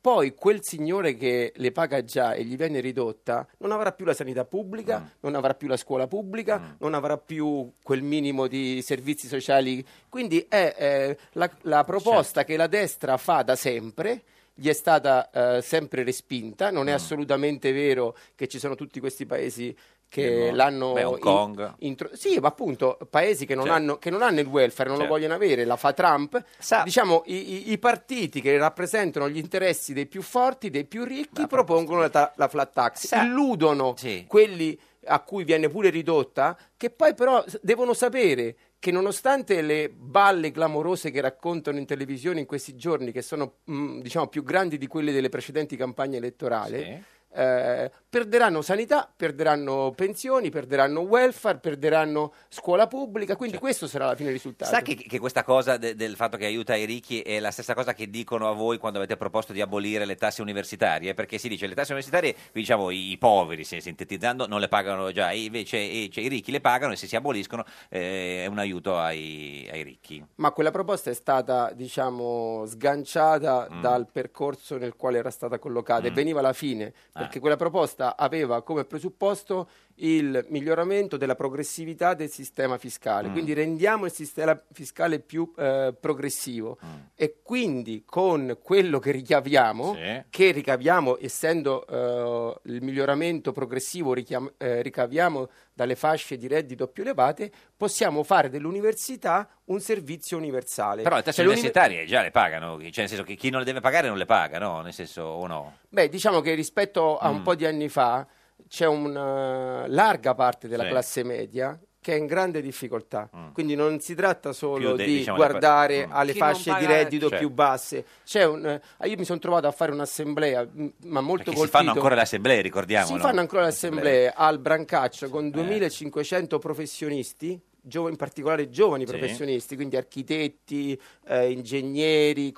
poi quel signore che le paga già e gli viene ridotta non avrà più la sanità Mm. pubblica, non avrà più la scuola pubblica, non avrà più quel minimo di servizi sociali. Quindi è eh, la, Certo. la proposta che la destra fa da sempre. Gli è stata eh, sempre respinta, Mm. non è assolutamente vero che ci sono tutti questi paesi Nel che mondo. l'hanno Beh, Hong in- Kong. intro- sì, ma appunto paesi che non, Certo. hanno, che non hanno il welfare, non Certo. lo vogliono avere, la fa Trump. diciamo, i, i- i partiti che rappresentano gli interessi dei più forti, dei più ricchi, propongono la, ta- la flat tax. Illudono quelli a cui viene pure ridotta, che poi però s- devono sapere che nonostante le balle clamorose che raccontano in televisione in questi giorni, che sono mh, diciamo più grandi di quelle delle precedenti campagne elettorali, eh, perderanno sanità, perderanno pensioni, perderanno welfare, perderanno scuola pubblica, quindi questo sarà la fine risultato. Certo. Sa che, che questa cosa de- del fatto che aiuta i ricchi è la stessa cosa che dicono a voi quando avete proposto di abolire le tasse universitarie? Perché si dice le tasse universitarie, qui diciamo i, i poveri, se- sintetizzando, non le pagano già, e invece e- cioè, i ricchi le pagano e se si aboliscono eh, è un aiuto ai, ai ricchi. Ma quella proposta è stata, diciamo, sganciata dal percorso nel quale era stata collocata e veniva alla fine, perché quella proposta aveva come presupposto il miglioramento della progressività del sistema fiscale, Mm. quindi rendiamo il sistema fiscale più eh, progressivo e quindi con quello che ricaviamo, che ricaviamo essendo eh, il miglioramento progressivo richiam- eh, ricaviamo dalle fasce di reddito più elevate, possiamo fare dell'università un servizio universale. Però le tasse Cioè, l'univer- universitarie già le pagano, cioè nel senso che chi non le deve pagare non le paga, no? Nel senso o no? Beh, diciamo che rispetto a un Mm. po' di anni fa c'è una larga parte della Sì. Mm. classe media che è in grande difficoltà. Quindi non si tratta solo Più de- di diciamo, le guardare pa- Mm. alle Chi non fasce di paga- reddito Cioè. più basse. C'è un, eh, io mi sono trovato a fare un'assemblea, mh, ma molto Perché colpito. si fanno ancora le assemblee, ricordiamo. Si no? fanno ancora le assemblee al Brancaccio Eh. con 2500 professionisti, gio- in particolare giovani Sì. professionisti, quindi architetti, eh, ingegneri,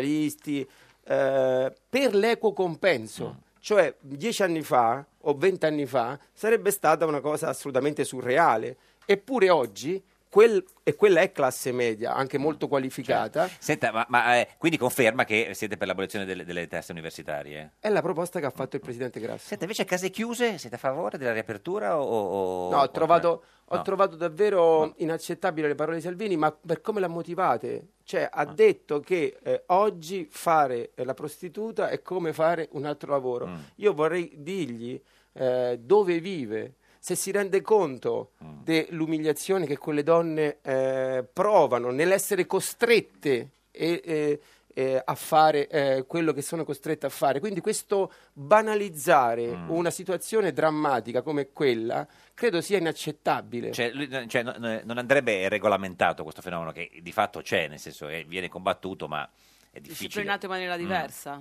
commercialisti, eh, per l'equo Mm. compenso. Cioè, dieci anni fa o vent'anni fa sarebbe stata una cosa assolutamente surreale. Eppure oggi, quel- e quella è classe media, Mm. anche molto qualificata, Senta, ma, ma, eh, quindi conferma che siete per l'abolizione delle, delle tasse universitarie? è la proposta che ha fatto il presidente Grasso. Senta, invece case chiuse, siete a favore della riapertura o... o- No, ho o- trovato, ho no. trovato davvero inaccettabile le parole di Salvini, ma per come le ha motivate? Cioè, ha detto che eh, oggi fare eh, la prostituta è come fare un altro lavoro. Io vorrei dirgli eh, dove vive, se si rende conto dell'umiliazione che quelle donne eh, provano nell'essere costrette e- e- eh, a fare eh, quello che sono costrette a fare. Quindi questo banalizzare una situazione drammatica come quella credo sia inaccettabile. Cioè, lui- cioè, non non andrebbe regolamentato questo fenomeno che di fatto c'è, nel senso che viene combattuto, ma è difficile. Disciplinato in Mm. maniera diversa.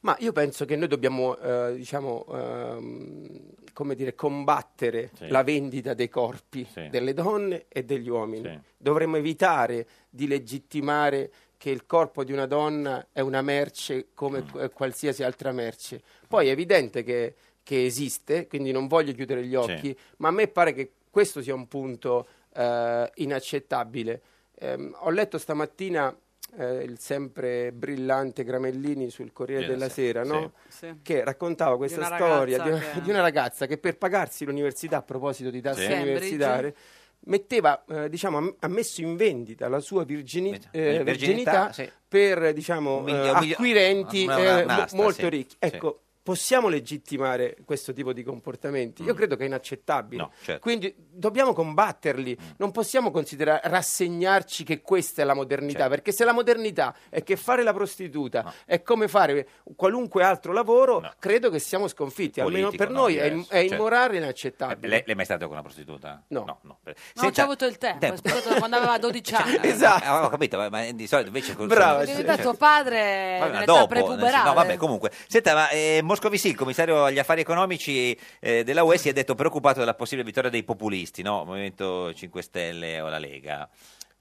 Ma io penso che noi dobbiamo, eh, diciamo, ehm, come dire, combattere Sì. la vendita dei corpi delle donne e degli uomini. Dovremmo evitare di legittimare che il corpo di una donna è una merce come qu- qualsiasi altra merce. Poi è evidente che, che esiste, quindi non voglio chiudere gli occhi, ma a me pare che questo sia un punto eh, inaccettabile. Ehm, ho letto stamattina eh, il sempre brillante Gramellini sul Corriere Ieri della sera, Sera, no? sì. Sì. che raccontava questa una storia [laughs] di ragazza una, che- di una ragazza che per pagarsi l'università, a proposito di tasse Sì. Cambridge. universitarie, metteva, eh, diciamo, ha- ha messo in vendita la sua virgini- Virginità, eh, virginità sì. per diciamo, Un milio- eh, un milio- acquirenti una- eh, una mo- asta, molto sì, ricchi. sì. Ecco, possiamo legittimare questo tipo di comportamenti? Io credo che è inaccettabile. Mm. No, certo. Mm. Quindi dobbiamo combatterli, non possiamo considerare, rassegnarci che questa è la modernità, Certo. perché se la modernità è che fare la prostituta è come fare qualunque altro lavoro, credo che siamo sconfitti, almeno Politico, per no, noi è, diverso, è certo. immorale e inaccettabile. Lei, lei è mai stato con una prostituta? No. No, no. Non ho Senta- già avuto il tempo, certo. tempo. è stato quando aveva 12 anni. [laughs] esatto. ho capito, ma- ma di solito invece... con- È Cioè- diventato tuo padre Vabbè, ma nell'età dopo, prepuberale. no, vabbè, comunque. Senta, ma eh, Moscovici, il commissario agli affari economici eh, della UE, si è detto preoccupato della possibile vittoria dei populisti, no? Movimento 5 Stelle o la Lega.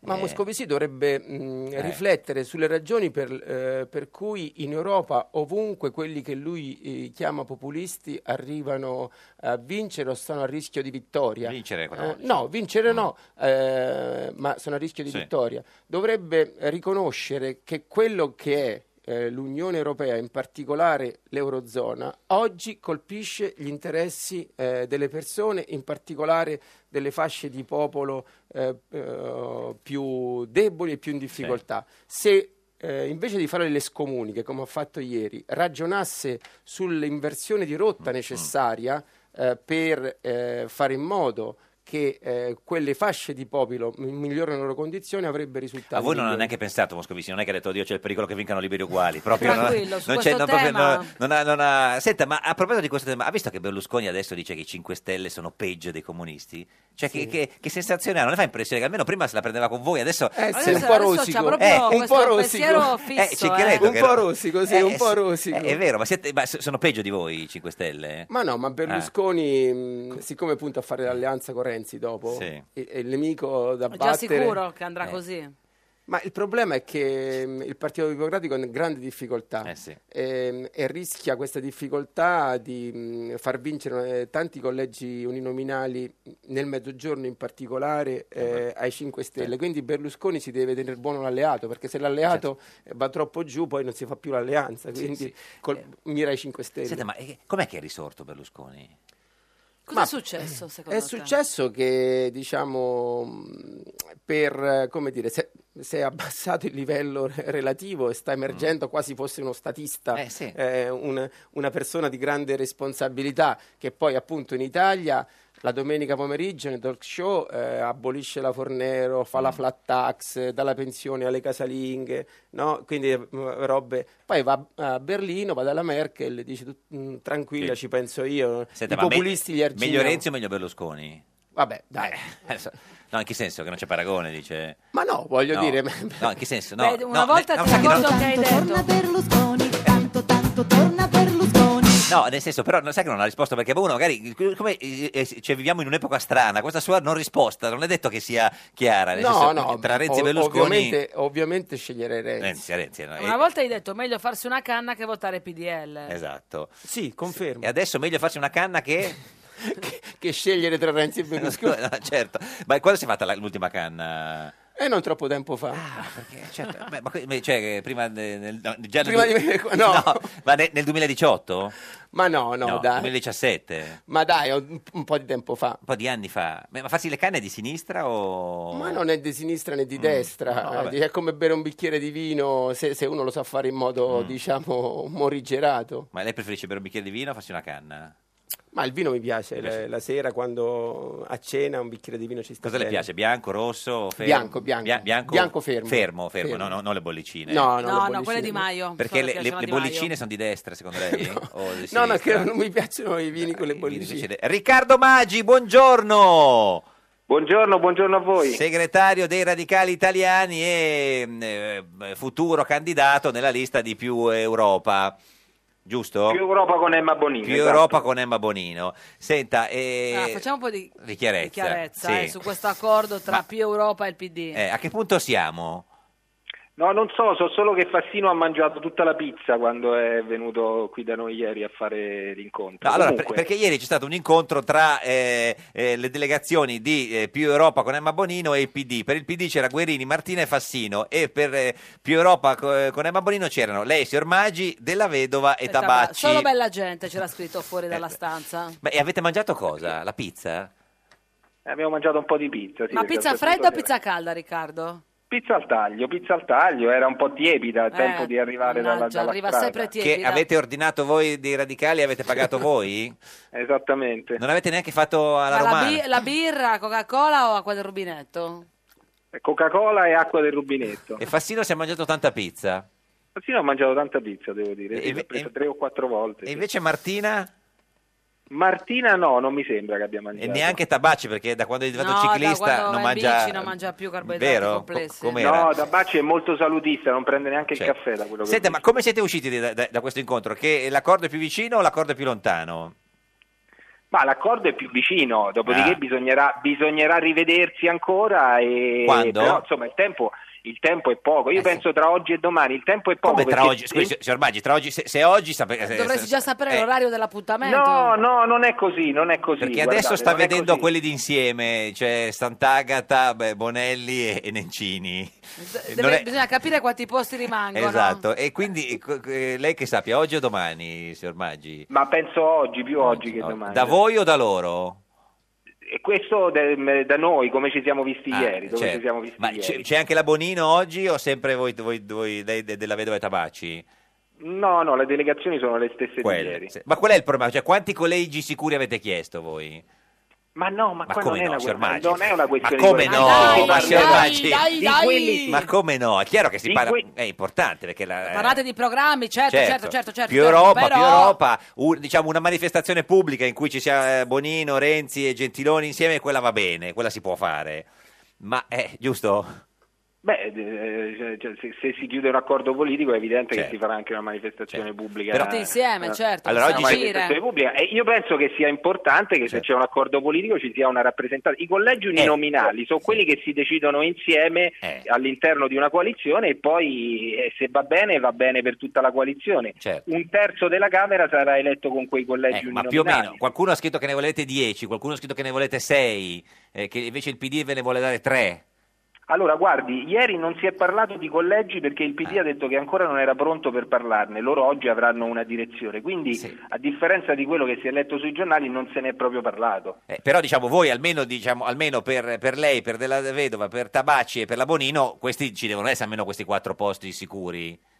Ma Eh, Moscovici dovrebbe mh, Eh. riflettere sulle ragioni per, eh, per cui in Europa ovunque quelli che lui eh, chiama populisti arrivano a vincere o sono a rischio di vittoria. Vincere, però, Eh, sì. no, vincere no, eh, ma sono a rischio di Mm. Sì. vittoria. Dovrebbe riconoscere che quello che è eh, l'Unione Europea, in particolare l'Eurozona, oggi colpisce gli interessi eh, delle persone, in particolare delle fasce di popolo eh, eh, più deboli e più in difficoltà. Se eh, invece di fare le scomuniche, come ho fatto ieri, ragionasse sull'inversione di rotta necessaria eh, per eh, fare in modo che eh, quelle fasce di popolo mi- migliorino le loro condizioni, avrebbe risultati. A voi non ha migliori. neanche pensato Moscovici, non è che ha detto Dio c'è il pericolo che vincano liberi uguali, proprio non, Tranquillo, su non questo proprio- tema- no, non ha, non ha- Senta, ma a proposito di questo tema, ha visto che Berlusconi adesso dice che i 5 Stelle sono peggio dei comunisti? Cioè che, che- che sensazione ha? Non le fa impressione che almeno prima se la prendeva con voi, adesso Eh, sì, Adesso- un po' adesso rosico. c'ha proprio Eh, un questo po' pensiero rosico. Eh, ci credo un che- po' rosico, sì, Eh, un po' sì, rosico. È, è vero, ma, siete- ma so- sono peggio di voi i 5 Stelle? Ma no, ma Berlusconi, mh, siccome punta a fare l'alleanza con Renzi dopo, Eh. Sì. è, è il nemico da È già battere. sicuro che Eh. andrà così. Ma il problema è che mh, il Partito Democratico è in grande difficoltà Eh, ehm, e rischia questa difficoltà di mh, far vincere eh, tanti collegi uninominali mh, nel mezzogiorno in particolare eh, ai 5 Stelle. Quindi Berlusconi si deve tenere buono l'alleato perché se l'alleato eh, va troppo giù poi non si fa più l'alleanza, Certo. Sì, quindi sì. Eh. col- mira ai 5 Stelle. Senta, ma eh, com'è che è risorto Berlusconi? Cosa Ma- è successo secondo È te? successo che, diciamo, mh, per, eh, come dire, se, se è abbassato il livello re- relativo e sta emergendo quasi fosse uno statista, Mm. Eh, sì. eh, un- una persona di grande responsabilità che poi appunto in Italia... La domenica pomeriggio nel talk show eh, abolisce la Fornero, fa la Mm. flat tax, eh, dà la pensione alle casalinghe, no? quindi eh, mh, robe. Poi va a Berlino, va dalla Merkel, e dice "Tu- mh, tranquilla, Sì. ci penso io. Senta, I ma me- populisti gli argini. Meglio Renzi o meglio Berlusconi? Vabbè, dai. Adesso- No, in che senso? Che non c'è paragone, dice. Ma no, voglio No. dire. No, in che senso? No, Beh, una no, volta no, ti sai che ricordo non- che hai detto. No, nel senso, però, non sai che non ha risposto perché uno magari come, eh, eh, cioè, viviamo in un'epoca strana. Questa sua non risposta non è detto che sia chiara. Nel senso, No, no, tra Renzi e ov- Berlusconi, Ovviamente, ovviamente sceglierei Renzi. Renzi, Renzi, no, Una eh, volta hai detto meglio farsi una canna che votare PDL. esatto. Sì, confermo. E adesso meglio farsi una canna che. [laughs] Che scegliere tra Renzi e Berlusconi. No, certo, ma quando si è fatta la- l'ultima canna? E non troppo tempo fa. perché, certo, Beh, ma que- beh, cioè, prima, de- nel, no, già nel Prima du- di me- [laughs] no. ma ne- nel 2018? Ma no, no, dai. 2017, Ma dai, un, un po' di tempo fa. un po' di anni fa. Beh, Ma farsi le canne di sinistra o... Ma non è di sinistra né di destra, Oh. Mm. no, vabbè. è come bere un bicchiere di vino se, se uno lo sa fare in Mm. modo, diciamo, morigerato. Ma lei preferisce bere un bicchiere di vino o farsi una canna? Ma il vino mi piace, piace. la, la sera quando a cena un bicchiere di vino ci sta Cosa le bene. piace? Bianco, rosso? Fermo? Bianco, bianco. Bia- bianco, Bianco fermo. Fermo, fermo, Fermo. No, no, non le bollicine. No, No, no, quelle di Maio. Perché Solo le, che le- sono le Di Maio. bollicine sono di destra, [laughs] secondo lei? O di No, no, sinistra? Eh, che non mi piacciono i vini con le bollicine. Riccardo Maggi, buongiorno! Buongiorno, buongiorno a voi. Segretario dei Radicali Italiani e mm, eh, futuro candidato nella lista di Più Europa, giusto? Più Europa con Emma Bonino. Più esatto. Europa con Emma Bonino. Senta, eh, Allora, Ah, facciamo un po' di di chiarezza. di chiarezza sì. eh, su questo accordo tra più Europa e il PD. Eh, a che punto siamo? No, non so, so solo che Fassino ha mangiato tutta la pizza quando è venuto qui da noi ieri a fare l'incontro. No, allora, per- Comunque, perché ieri c'è stato un incontro tra eh, eh, le delegazioni di eh, Più Europa con Emma Bonino e il PD. Per il PD c'era Guerini, Martina e Fassino e per eh, Più Europa co- eh, con Emma Bonino c'erano lei, signor Maggi, Della Vedova e, E taba- Tabacci. Eh, Solo bella gente c'era scritto fuori dalla stanza. Ma e avete mangiato cosa? La pizza? Eh, Abbiamo mangiato un po' di pizza. sì, esatto, Ma perché certo, pizza ho fredda o sentito- pizza calda, Riccardo? Pizza al taglio, pizza al taglio, era un po' tiepida, il tempo di arrivare dalla, Eh, mannaggia, dalla arriva strada. sempre Che avete ordinato voi dei radicali e [laughs] avete pagato voi? Esattamente. Non avete neanche fatto alla Ma la, romana? bi- la birra, Coca-Cola o acqua del rubinetto? Eh, Coca-Cola e acqua del rubinetto. E Fassino si è mangiato tanta pizza. Sì, no, ho mangiato tanta pizza, devo dire, sì, E- l'ho presa tre o quattro volte. E sì. invece Martina? Martina no, non mi sembra che abbia E mangiato. neanche Tabacci perché da quando è diventato no, da ciclista quando non va in mangia... bici non mangia più carboidrati Vero? complessi. Co- com'era? Cioè, No, Dabacci è molto salutista, non prende neanche il caffè da quello che Senta, dice. ma come siete usciti da, da- da questo incontro? Che l'accordo è più vicino o l'accordo è più lontano? Ma l'accordo è più vicino, dopodiché Ah. bisognerà, bisognerà rivedersi ancora. E... Quando? Eh Però, insomma, il tempo, il tempo è poco. Io penso tra oggi e domani, il tempo è poco. Come tra perché- oggi? Scusi, signor Maggi, tra oggi, se, se oggi sape- se- Dovresti se- già sapere eh, l'orario dell'appuntamento. No, no, non è così, non è così. Perché guardate, adesso sta non è vedendo così. quelli d'insieme, cioè Sant'Agata, beh, Bonelli e, e Nencini. D- Eh, deve- non è- Bisogna capire quanti posti rimangono. Esatto, e quindi co- eh, lei che sappia, oggi o domani, signor Maggi? Ma penso oggi, più oggi, che domani. Da voi o da loro? E questo de- da noi, come ci siamo visti ieri. Dove Cioè, ci siamo visti ma ieri. c'è, c'è anche la Bonino oggi o sempre voi, voi- voi- lei de- della vedova e Tabacci? No, no, le delegazioni sono le stesse di Quelle. ieri. Se- Ma qual è il problema? Cioè, quanti collegi sicuri avete chiesto voi? Ma no, ma, Ma qua come non, no, è signor una, Maggi? non è una Ma questione come di no? qualità. ma, signor Maggi? dai, Di dai. quelli- ma come no? È chiaro che si Di parla... que- È importante perché la... Parlate di programmi, certo, certo, certo. certo, eh. più certo, Europa, però- più Europa, un- diciamo una manifestazione pubblica in cui ci sia eh, Bonino, Renzi e Gentiloni insieme, quella va bene, quella si può fare. Ma è giusto? Beh, eh, cioè, se, se si chiude un accordo politico è evidente Certo. che si farà anche una manifestazione pubblica. Però- Tutti insieme, Eh, certo, Allora, una oggi si- Certo. manifestazione pubblica. E io penso che sia importante che se c'è un accordo politico ci sia una rappresentanza. I collegi Ecco. uninominali sono quelli che si decidono insieme Eh. all'interno di una coalizione e poi eh, se va bene va bene per tutta la coalizione. Certo. Eh, Ecco, Un terzo della Camera sarà eletto con quei collegi Ma uninominali. più o meno, qualcuno ha scritto che ne volete 10, qualcuno ha scritto che ne volete 6, che invece il PD ve ne vuole dare 3. Allora, guardi, ieri non si è parlato di collegi perché il Ah. PD ha detto che ancora non era pronto per parlarne, loro oggi avranno una direzione, quindi a differenza di quello che si è letto sui giornali non se ne è proprio parlato. Eh, però diciamo voi, almeno, diciamo, almeno per, per lei, per Della Vedova, per Tabacci e per la Bonino, questi ci devono essere almeno questi quattro posti sicuri.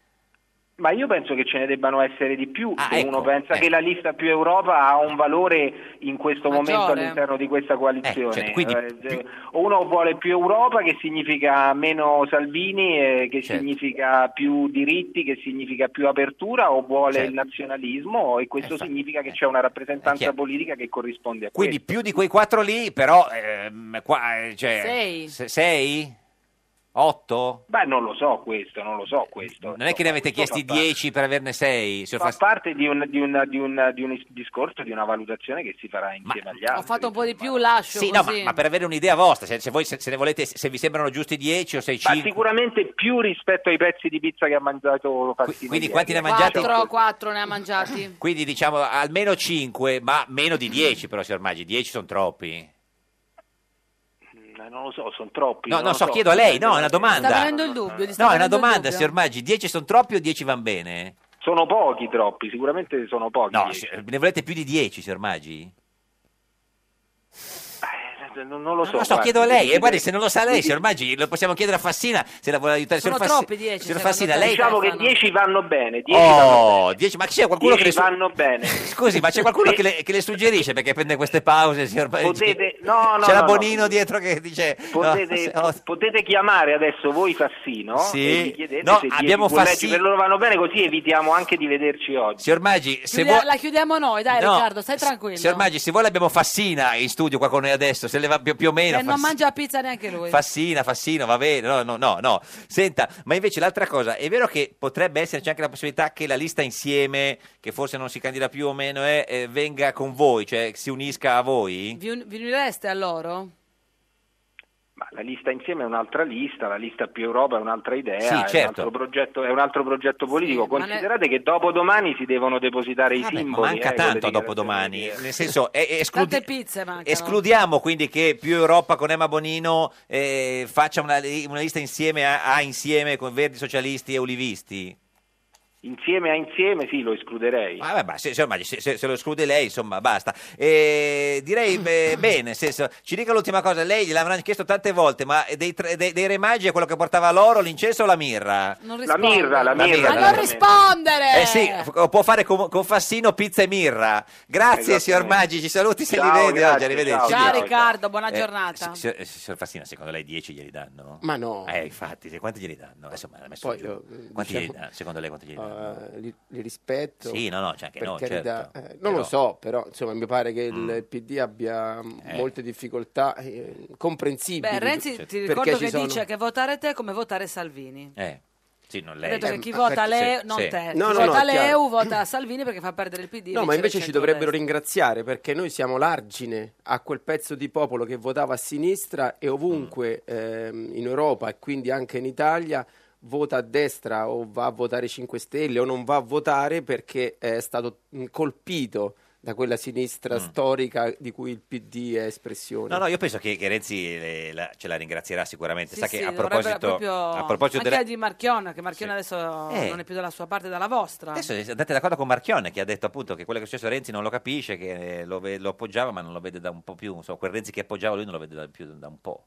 Ma io penso che ce ne debbano essere di più se ecco, uno pensa eh. che la lista più Europa ha un valore in questo momento Maggiore. all'interno di questa coalizione. Eh, certo, quindi Eh, se- Uno vuole più Europa che significa meno Salvini, eh, che Certo. significa più diritti, che significa più apertura o vuole Certo. Esatto. Eh. il nazionalismo e questo significa che c'è una rappresentanza chiaro. politica che corrisponde a Quindi più di quei quattro lì, però... ehm, qua, eh, cioè, Sei. se- sei? questo. Otto? Beh, non lo so questo, non lo so questo. Eh, Non è che ne avete questo chiesti fa parte- 10 per averne 6? Fa parte di un, di un- di un- di un discorso, di una valutazione che si farà insieme agli altri. Ho fatto un po' di più, lascio Sì, no, ma, così. ma per avere un'idea vostra, se, se voi se, se ne volete, se vi sembrano giusti 10 o 6, Ma 5... sicuramente più rispetto ai pezzi di pizza che ha mangiato Fassino. quindi ieri. quanti ne ha mangiati? Quattro, quattro ne ha mangiati. Quindi diciamo almeno 5, ma meno di 10 però, signor Maggi, 10 sono troppi. Mm, Non lo so, sono troppi. No, non no, lo so, chiedo a lei, no, è una domanda. Sta venendo il dubbio. gli sta No, è una venendo il domanda, dubbio. signor Maggi, 10 sono troppi o 10 van bene? Sono pochi troppi, sicuramente sono pochi. No, dieci. se- ne volete più di 10, signor Maggi? Eh, non, non lo so. Non lo so, guardi. chiedo a lei. E Quindi- guarda, se non lo sa lei, quindi- signor Maggi, lo possiamo chiedere a Fassina Cioè, se la vuole aiutare. Sono signor Fassi- troppi dieci, Signor secondo Fassina, te? lei... Diciamo che 10 vanno bene, 10 Oh, 10, ma c'è qualcuno che le Dieci su- vanno bene. [laughs] Scusi, ma c'è qualcuno che le, che le suggerisce perché prende queste pause, signor Maggi? Potete- no, no, Eh, C'è la no, no. Bonino dietro che dice... no, Potete, se- oh, potete chiamare adesso voi Fassino Sì. e gli chiedete No, se dieci abbiamo collegi Fassi- per loro vanno bene, così evitiamo anche di vederci oggi. Signor Maggi, se Chiudia- vuole... La chiudiamo noi, dai No, Riccardo, stai tranquillo. Signor Maggi, se vuole abbiamo Fassina in studio qua con noi adesso, se le va più, più o meno. Eh, non Fass- mangia pizza neanche lui. Fassina, Fassino, va bene, no, no, no, no. Senta, ma invece l'altra cosa, è vero che potrebbe esserci anche la possibilità che la lista insieme, che forse non si candida più o meno, è, eh, venga con voi, cioè si unisca a voi? Vi, un- vi unireste a loro? Ma la lista insieme è un'altra lista, la lista più Europa è un'altra idea, Sì, è, un certo. altro progetto, è un altro progetto politico. ma ne- Considerate che dopo domani si devono depositare i Vabbè, ma simboli. manca eh, tanto con le dopo domani, nel senso è- è escludi- Tante pizze mancano. escludiamo quindi che più Europa con Emma Bonino eh, faccia una, li- una lista insieme a, a insieme con Verdi Socialisti e Olivisti? Insieme a insieme sì, lo escluderei. Ah, beh, ma se, se ormai- se- se- se lo esclude lei, insomma, basta. Eh, [laughs] direi beh, bene, nel senso, ci dica l'ultima cosa, lei gliel'avrà chiesto tante volte, ma dei, tre- dei, dei re magi è quello che portava l'oro, l'incenso o la mirra? Non La risponde. mirra, la La mirra. mirra. Ma non rispondere! Eh sì, f- può fare con, con Fassino pizza e mirra. Esatto. Grazie signor Maggi, ci saluti se Ciao, li vede grazie, oggi, arrivederci. ciao, ciao. Riccardo, buona Eh, giornata. si- signor, signor Fassino, secondo lei 10 glieli danno? Ma no. Eh, infatti, se- quanti glieli danno? Adesso me l'ha messo Poi, giù. eh, Quanti diciamo- glieli danno? Secondo lei quanti glieli danno? Eh, li, li rispetto. Sì, no, no, cioè anche per noi, carità. certo. Eh, non Però- Mm. lo so, però insomma mi pare che il PD abbia mm, Eh. molte difficoltà eh, comprensibili. Beh, Renzi, ti perché ricordo ci che sono- dice che votare te è come votare Salvini. Eh, sì, non Ha lei. detto che chi vota l'EU, non te, Eh, certo, No, chi no, no, vota è chiaro. l'EU vota Salvini perché fa perdere il PD. vince No, ma il invece ci centrodestra. dovrebbero ringraziare perché noi siamo l'argine a quel pezzo di popolo che votava a sinistra e ovunque Mm. ehm, in Europa e quindi anche in Italia vota a destra o va a votare 5 Stelle o non va a votare perché è stato mh, colpito da quella sinistra storica di cui il PD è espressione. Mm. No, no, io penso che, che Renzi le- la- ce la ringrazierà sicuramente. Sì, Sa che sì, a dovrebbero proposito, proprio- a proposito anche della- di Marchion, che Marchion adesso Eh. non è più dalla sua parte, dalla vostra. Ah. Eh, Adesso andate d'accordo con Marchione che ha detto appunto che quello che è successo a Renzi non lo capisce, che eh, lo, ve- lo appoggiava ma non lo vede da un po' più. Insomma, quel Renzi che appoggiava lui non lo vede da, più da un po'.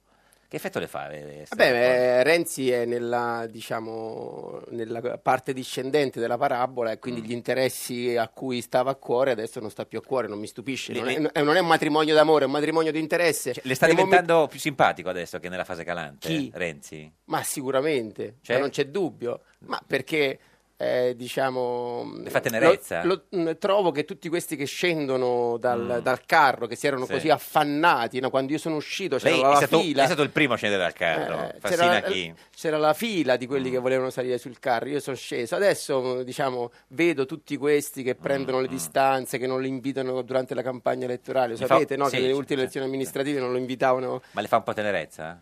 Che effetto le fa? eh, sta- Vabbè, eh, Renzi è nella, diciamo, nella parte discendente della parabola e Mm. quindi gli interessi a cui stava a cuore adesso non sta più a cuore, non mi stupisce. Li- Non li- Cioè, è, eh, non è un matrimonio d'amore, è un matrimonio di interesse. le sta Nel momento- diventando più simpatico adesso che nella fase calante Chi? Renzi? Ma sicuramente, Cioè? ma non c'è dubbio. Ma perché, eh, diciamo... Le fa tenerezza? lo- lo- mh, trovo che tutti questi che scendono dal, Mm. dal carro, che si erano Sì. così affannati, no? quando io sono uscito Cioè, c'era Lei la è stato, fila... è stato il primo a scendere dal carro. Eh, Fassina Certo, chi? Mm. c'era la fila di quelli che volevano salire sul carro. Io sono sceso. Adesso, diciamo, vedo tutti questi che prendono Mm, le distanze, che non li invitano durante la campagna elettorale. Lo Mi fa- sapete, no? sì, che nelle sì, ultime elezioni amministrative non lo invitavano. Ma le fa un po' tenerezza?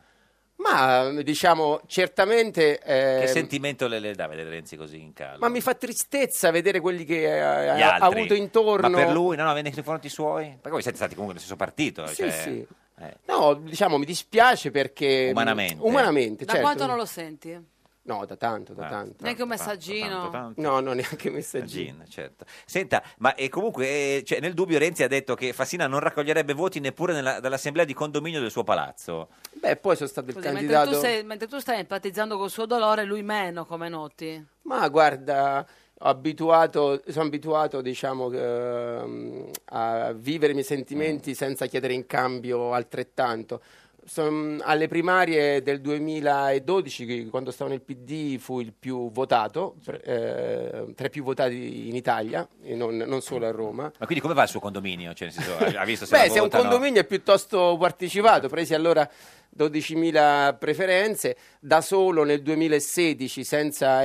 Ma diciamo, certamente. Che eh, sentimento le, le dà vedere Renzi così in caldo? ma mi fa tristezza vedere quelli che eh, Gli ha ha altri. avuto intorno. Ma per lui, no, no, nei confronti suoi? Perché Eh, voi siete stati comunque nello stesso partito. Sì, cioè, sì. eh. No, diciamo, mi dispiace perché. Umanamente. Umanamente, da certo. quanto non lo senti? No, da tanto, Ah. da tanto. Neanche un messaggino. No, no, neanche messaggino. Gin, certo. Senta, ma e comunque eh, cioè, nel dubbio Renzi ha detto che Fassina non raccoglierebbe voti neppure nella- dall'assemblea di condominio del suo palazzo. Beh, poi sono stato il Scusi, mentre, candidato. tu sei- mentre tu stai empatizzando col suo dolore, lui meno come noti. Ma guarda, ho abituato, sono abituato diciamo, ehm, a vivere i miei sentimenti senza chiedere in cambio altrettanto. Son- alle primarie del 2012, che- quando stavo nel PD, fu il più votato, per- eh, tra i più votati in Italia, e non, non solo a Roma. Ma quindi come va il suo condominio? Cioè, nel senso, ha ha visto se [laughs] Beh, lo se è un votano? condominio è piuttosto partecipato, presi allora 12.000 preferenze, da solo nel 2016 senza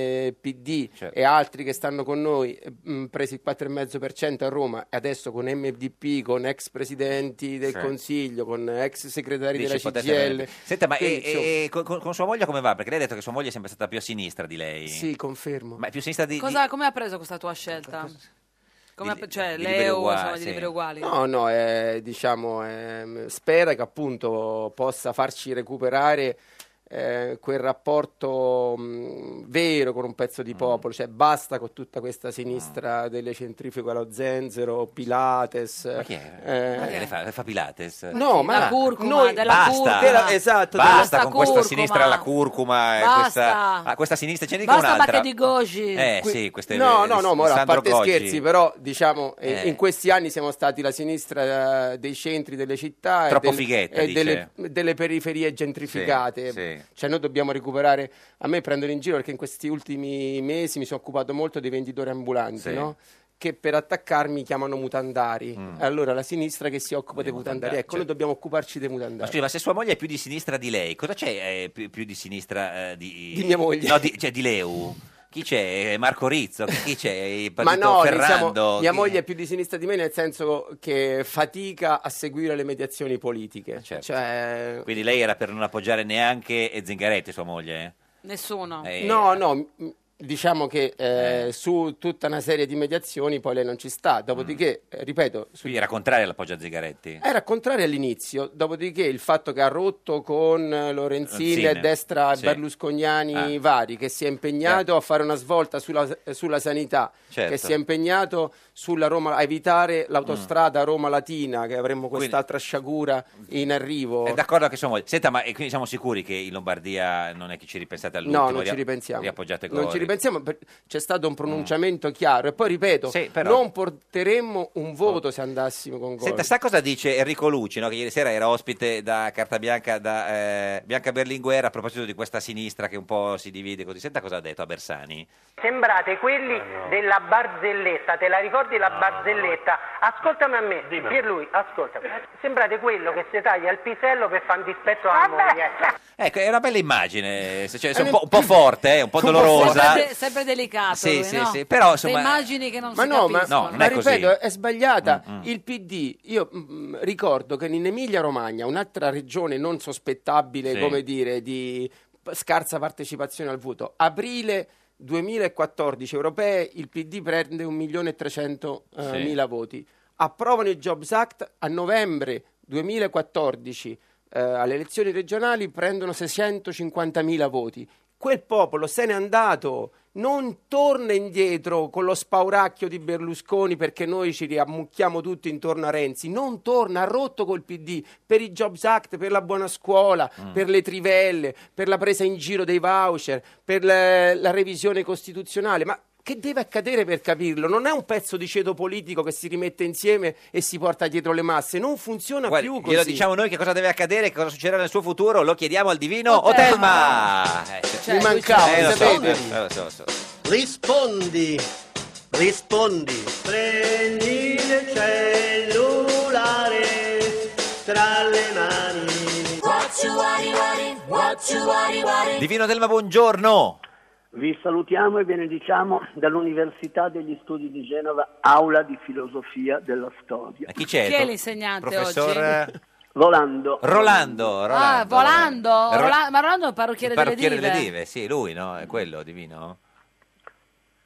MPD Certo. e altri che stanno con noi, eh, mh, presi il 4,5% a Roma e adesso con MDP, con ex presidenti del Sì. Consiglio, con ex segretari Dice, della potete CGL. veramente- Senta, ma Quindi, e- insomma, e- con, con- con sua moglie come va? Perché lei ha detto che sua moglie è sempre stata più a sinistra di lei. Sì, confermo. Ma è più a sinistra di... di- Cosa- come ha preso questa tua scelta? Come ha- cioè, di Liberi l'EU, Uguali, insomma, di sì. liberi uguali. No, no, eh, diciamo, ehm, spera che appunto possa farci recuperare eh, quel rapporto mh, vero con un pezzo Mm. di popolo, cioè basta con tutta questa sinistra delle centrifughe allo zenzero, Pilates. Ma chi è? eh, Ma Ah, che le, fa, le fa Pilates? No, ma La curcuma, noi- della Basta. curcuma. Della- esatto, Basta della- con questa sinistra alla curcuma e Basta. questa, ah, questa sinistra ce ne dica Basta un'altra. perché di Goji. Eh Qui- sì, queste no, no, no, ma ora, a Alessandro parte Goggi. scherzi, però diciamo eh, Eh. in questi anni siamo stati la sinistra eh, dei centri delle città Troppo e, del- fighetta, e dice. delle, delle periferie gentrificate. Sì, sì. Cioè noi dobbiamo recuperare, a me prendono in giro perché in questi ultimi mesi mi sono occupato molto dei venditori ambulanti, Sì. no? che per attaccarmi chiamano mutandari. Allora la sinistra che si occupa dei, Mm. mutandari, mutandari, certo. ecco, noi dobbiamo occuparci dei mutandari. Ma scusi, ma se sua moglie è più di sinistra di lei, cosa c'è eh, più, più di sinistra eh, di... Di mia moglie. No, di, cioè di Leu. Chi c'è? Marco Rizzo? Chi c'è? Il Ma partito no, Ferrando? diciamo, mia Chi- moglie è più di sinistra di me nel senso che fatica a seguire le mediazioni politiche. Certo. Cioè, Quindi lei era per non appoggiare neanche Zingaretti, sua moglie? Nessuno. Eh, no, no, m- Diciamo che eh, su tutta una serie di mediazioni poi lei non ci sta, dopodiché, Mm. eh, ripeto, su- Quindi era contraria all'appoggio a Zigaretti. era contraria all'inizio, dopodiché il fatto che ha rotto con eh, Lorenzin Lorenzin, e destra sì. berlusconiani Ah. vari, che si è impegnato a fare una svolta sulla, sulla sanità, Certo. che si è impegnato sulla Roma, a evitare Mm. l'autostrada Roma-Latina, che avremmo quest'altra sciagura in arrivo. È d'accordo anche sua moglie. Senta, ma e quindi siamo sicuri che in Lombardia non è che ci ripensate all'ultimo? No, non ria- ci ripensiamo. Riappoggiate Non ci Gori. ripensiamo, per- c'è stato un pronunciamento chiaro. E poi ripeto, Sì, però- Oh. non porteremmo un voto se andassimo con gol. Senta, sa cosa dice Enrico Luci, no? che ieri sera era ospite da Carta Bianca da eh, Bianca Berlinguer a proposito di questa sinistra che un po' si divide così. Senta cosa ha detto a Bersani. Sembrate quelli della barzelletta, te la ricordi la barzelletta? Ascoltami a me, Pierlui, ascoltami. Sembrate quello che si taglia il pisello per fare un dispetto alla moglie. Ecco, è una bella immagine, se- cioè, se un, po', un po' forte, eh, un po' dolorosa. Sempre, de- sempre delicato. Sì, lui, sì, no? sì, però, Le insomma- immagini che non ma si no, ma, capiscono. ma ripeto, è sbagliata. Il PD, io mm, ricordo che in Emilia-Romagna, un'altra regione non sospettabile, Sì. come dire, di p- scarsa partecipazione al voto, aprile 2014 europee, il PD prende 1.300.000 Sì. voti. Approvano il Jobs Act a novembre 2014 eh, alle elezioni regionali prendono 650.000 voti. Quel popolo se n'è andato, non torna indietro con lo spauracchio di Berlusconi perché noi ci riammucchiamo tutti intorno a Renzi, non torna, ha rotto col PD per il Jobs Act, per la buona scuola, Mm. per le trivelle, per la presa in giro dei voucher, per la, la revisione costituzionale, ma che deve accadere per capirlo? Non è un pezzo di ceto politico che si rimette insieme e si porta dietro le masse, non funziona Guardi, più così. glielo diciamo noi che cosa deve accadere, che cosa succederà nel suo futuro, lo chiediamo al divino Otelma. Eh, Cioè, Mi mancava, eh, lo so, sapete? eh, lo so, lo so. Rispondi, rispondi. Prendi il cellulare tra le mani. What you worry, worry, what you worry, worry. Divino Otelma, buongiorno. Vi salutiamo e benediciamo dall'Università degli Studi di Genova, aula di filosofia della storia. Chi c'è? Chi è l'insegnante Professor oggi? eh, Rolando. Rolando. Ah, Rolando. volando. Ro- Rola- ma Rolando è il parrucchiere, Il parrucchiere delle delle dive. dive, sì, lui, no? È quello, Divino.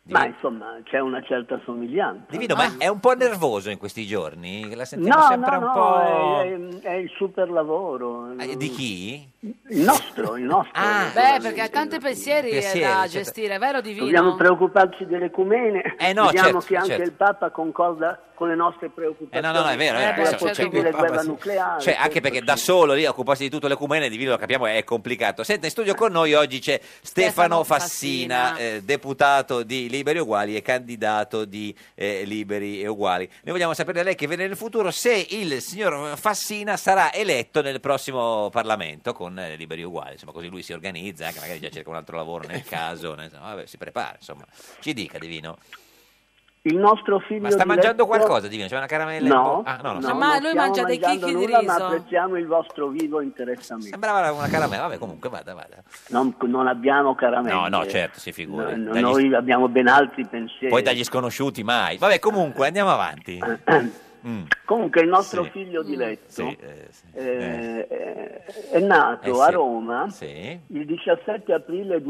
Ma insomma c'è una certa somiglianza. Ah. Divino, ma è un po' nervoso in questi giorni? La sentiamo No, sempre no, un no, po'... Eh, è, è- è il super lavoro. Di chi? Ah, Il nostro, il nostro. Beh, perché ha tanti pensieri, eh, Pensieri, da certo. gestire, vero divino? Dobbiamo preoccuparci dell'ecumene. Eh no, Vediamo certo, Diciamo che anche certo. il Papa concorda con le nostre preoccupazioni. Eh, no, no, no, è vero, è vero, Sulla certo. possibile Certo. guerra nucleare. Cioè, anche perché da solo lì a occuparsi di tutto l'ecumene, divino lo capiamo, è complicato. Senta, in studio con noi oggi c'è Stefano Fassina, eh, deputato di Liberi e Uguali e candidato di eh, Liberi e Uguali. Noi vogliamo sapere da lei che vede nel futuro se il signor Fassina sarà eletto nel prossimo Parlamento con eh, Liberi e Uguali. Insomma, così lui si organizza, anche magari già cerca un altro lavoro [laughs] nel caso, ne- vabbè, si prepara, insomma. Ci dica, Divino. Il nostro figlio Ma sta di mangiando letto- qualcosa, Divino? C'è una caramella? in No, bocca? Ah, no, no, no. non Ma lui stiamo mangia dei mangiando chicchi di nulla, Ma riso. apprezziamo il vostro vivo interessamento. Sembrava una caramella, vabbè, comunque vada, vada. Non, non abbiamo caramelle. No, no, eh. certo, si figuri. No, Dagli- Noi abbiamo ben altri pensieri. Poi dagli sconosciuti mai. Vabbè, comunque andiamo avanti. [coughs] Mm. Comunque il nostro Sì. figlio di letto Sì, eh, sì. eh, è nato Eh, sì. a Roma Sì. il 17 aprile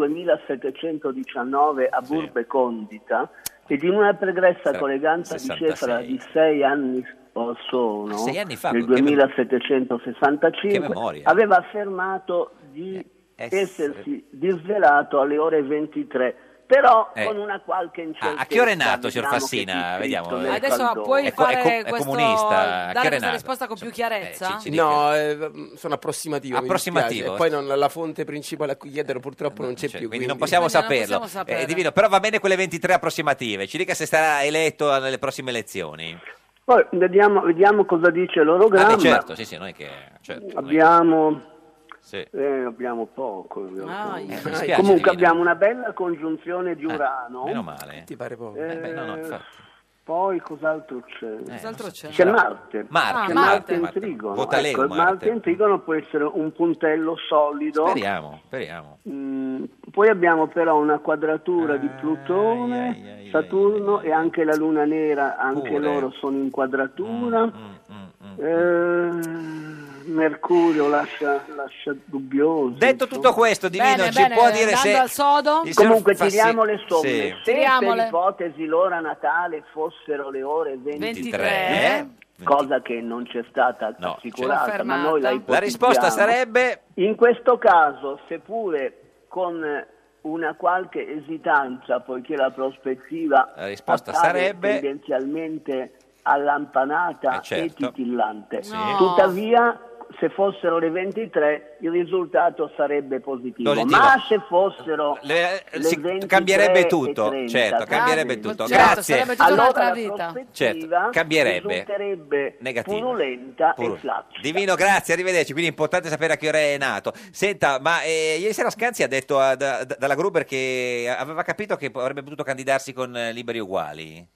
2719 a Burbe Condita ed in una pregressa Sa- colleganza di 66. cifra di sei anni o sono, Ah, sei anni fa, nel che mem- 2765, che memoria. Eh, aveva affermato di essersi disvelato alle ore 23, però Eh. con una qualche incertezza. A che ora è nato, cioè- signor diciamo, che Fassina? c'è Vediamo. scritto eh, nel Adesso caldone. puoi co- fare è co- è questo, comunista, dare Chiarenato. questa risposta con più chiarezza? No, eh, sono approssimativo. mi Approssimativo. dispiace. E poi non- la fonte principale a cui chiedere purtroppo non c'è più. Quindi Eh, non possiamo saperlo. Eh, Divino, però va bene quelle 23 approssimative. Ci dica se sarà eletto alle prossime elezioni. Poi vediamo, vediamo cosa dice l'orogramma. Ah, beh, certo, sì, sì, noi che... certo, noi- Abbiamo, sì. eh, abbiamo poco. abbiamo Ah, poco. eh, Eh, mi comunque spiace, abbiamo Divina. una bella congiunzione di Urano. Eh, Meno male. Ti pare poco. Eh, Poi cos'altro c'è? Cos'altro c'è? Però- Marte. Eh, Marte, Marte, C'è Marte in Marte. trigono. Vota lei Ecco, con Marte. in trigono può essere un puntello solido. Speriamo, speriamo. Mm, poi abbiamo però una quadratura Eh, di Plutone, Saturno e anche la Luna Nera, anche Pure. Mm, loro sono in quadratura. Eh, Mercurio lascia, lascia dubbioso. Detto tutto questo, Divino, Bene, ci bene, può dire andando se... al sodo? il signor Comunque Fassi- tiriamo le somme. Sì. Se Tiriamole. per ipotesi l'ora natale fossero le ore 23, 23, cosa che non c'è stata assicurata, Cioè, ma noi la, certo. La risposta ipotizziamo. sarebbe... In questo caso, seppure con una qualche esitanza, poiché la prospettiva La risposta appare sarebbe- tendenzialmente allampanata Eh, certo. e titillante. Sì. No. Tuttavia, se fossero le 23, il risultato sarebbe positivo. Positivo. Ma se fossero Le- eh, le si- 23 cambierebbe e tutto, 30, certo, cambierebbe grazie. tutto. Certo, Grazie. sarebbe tutta Allora un'altra la vita. Certo, cambierebbe. risulterebbe Negativo. purulenta Pur- e flaccida. Divino, grazie, arrivederci. Quindi è importante sapere a che ora è nato. Senta, ma eh, ieri sera Scanzi ha detto a- da- da- dalla Gruber che aveva capito che avrebbe potuto candidarsi con eh, Liberi Uguali.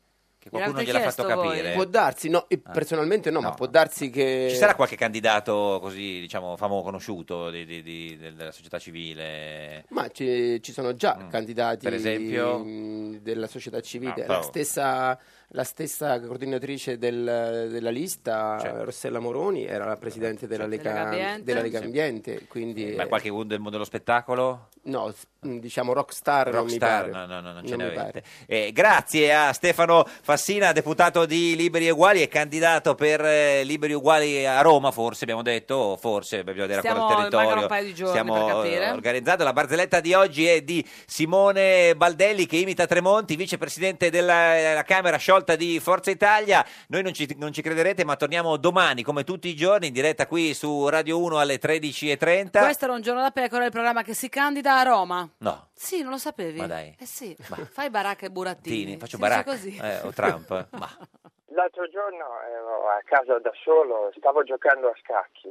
Che qualcuno gliel'ha fatto capire. Ah. Può darsi, no, e personalmente no, ma può darsi che... Ci sarà qualche candidato così, diciamo, famoso, conosciuto di- di- di- del- della società civile? Ma ci, ci sono già candidati Mm. Per esempio? mh, della società civile. Ah, la, bravo. stessa, la stessa coordinatrice del- della lista, Certo. Rossella Moroni, era la presidente della Lega Lega, Ambiente. della Lega Sì. Ambiente, quindi Ma qualche uno del mondo dello spettacolo? no, s- mh, diciamo rockstar, non mi Rockstar, pare. no, no, no, non ce Non ne mi avete. Eh, grazie a Stefano Fassina, deputato di Liberi e Uguali e candidato per eh, Liberi e Uguali a Roma, forse abbiamo detto, o forse, beh, bisogna vedere Stiamo- ancora il territorio. mancano un paio di giorni Stiamo per capire. eh, organizzando. La barzelletta di oggi è di Simone Baldelli che imita Tremonti, vicepresidente della eh, la Camera sciolta di Forza Italia. Noi non ci, non ci crederete, ma torniamo domani, come tutti i giorni, in diretta qui su Radio 1 alle 13.30. Questo era un giorno da pecora, il programma che si candida a Roma. No, Sì, non lo sapevi? Ma dai. Eh sì, fai baracca e burattini. Tini, faccio Si dice baracca così. eh, o Trump, [laughs] ma... L'altro giorno ero a casa da solo, stavo giocando a scacchi.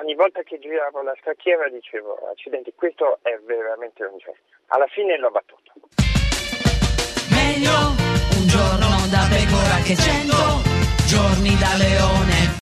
Ogni volta che giravo la scacchiera dicevo, accidenti, questo è veramente un genio. Alla fine l'ho battuto. Meglio un giorno da pecora che cento giorni da leone.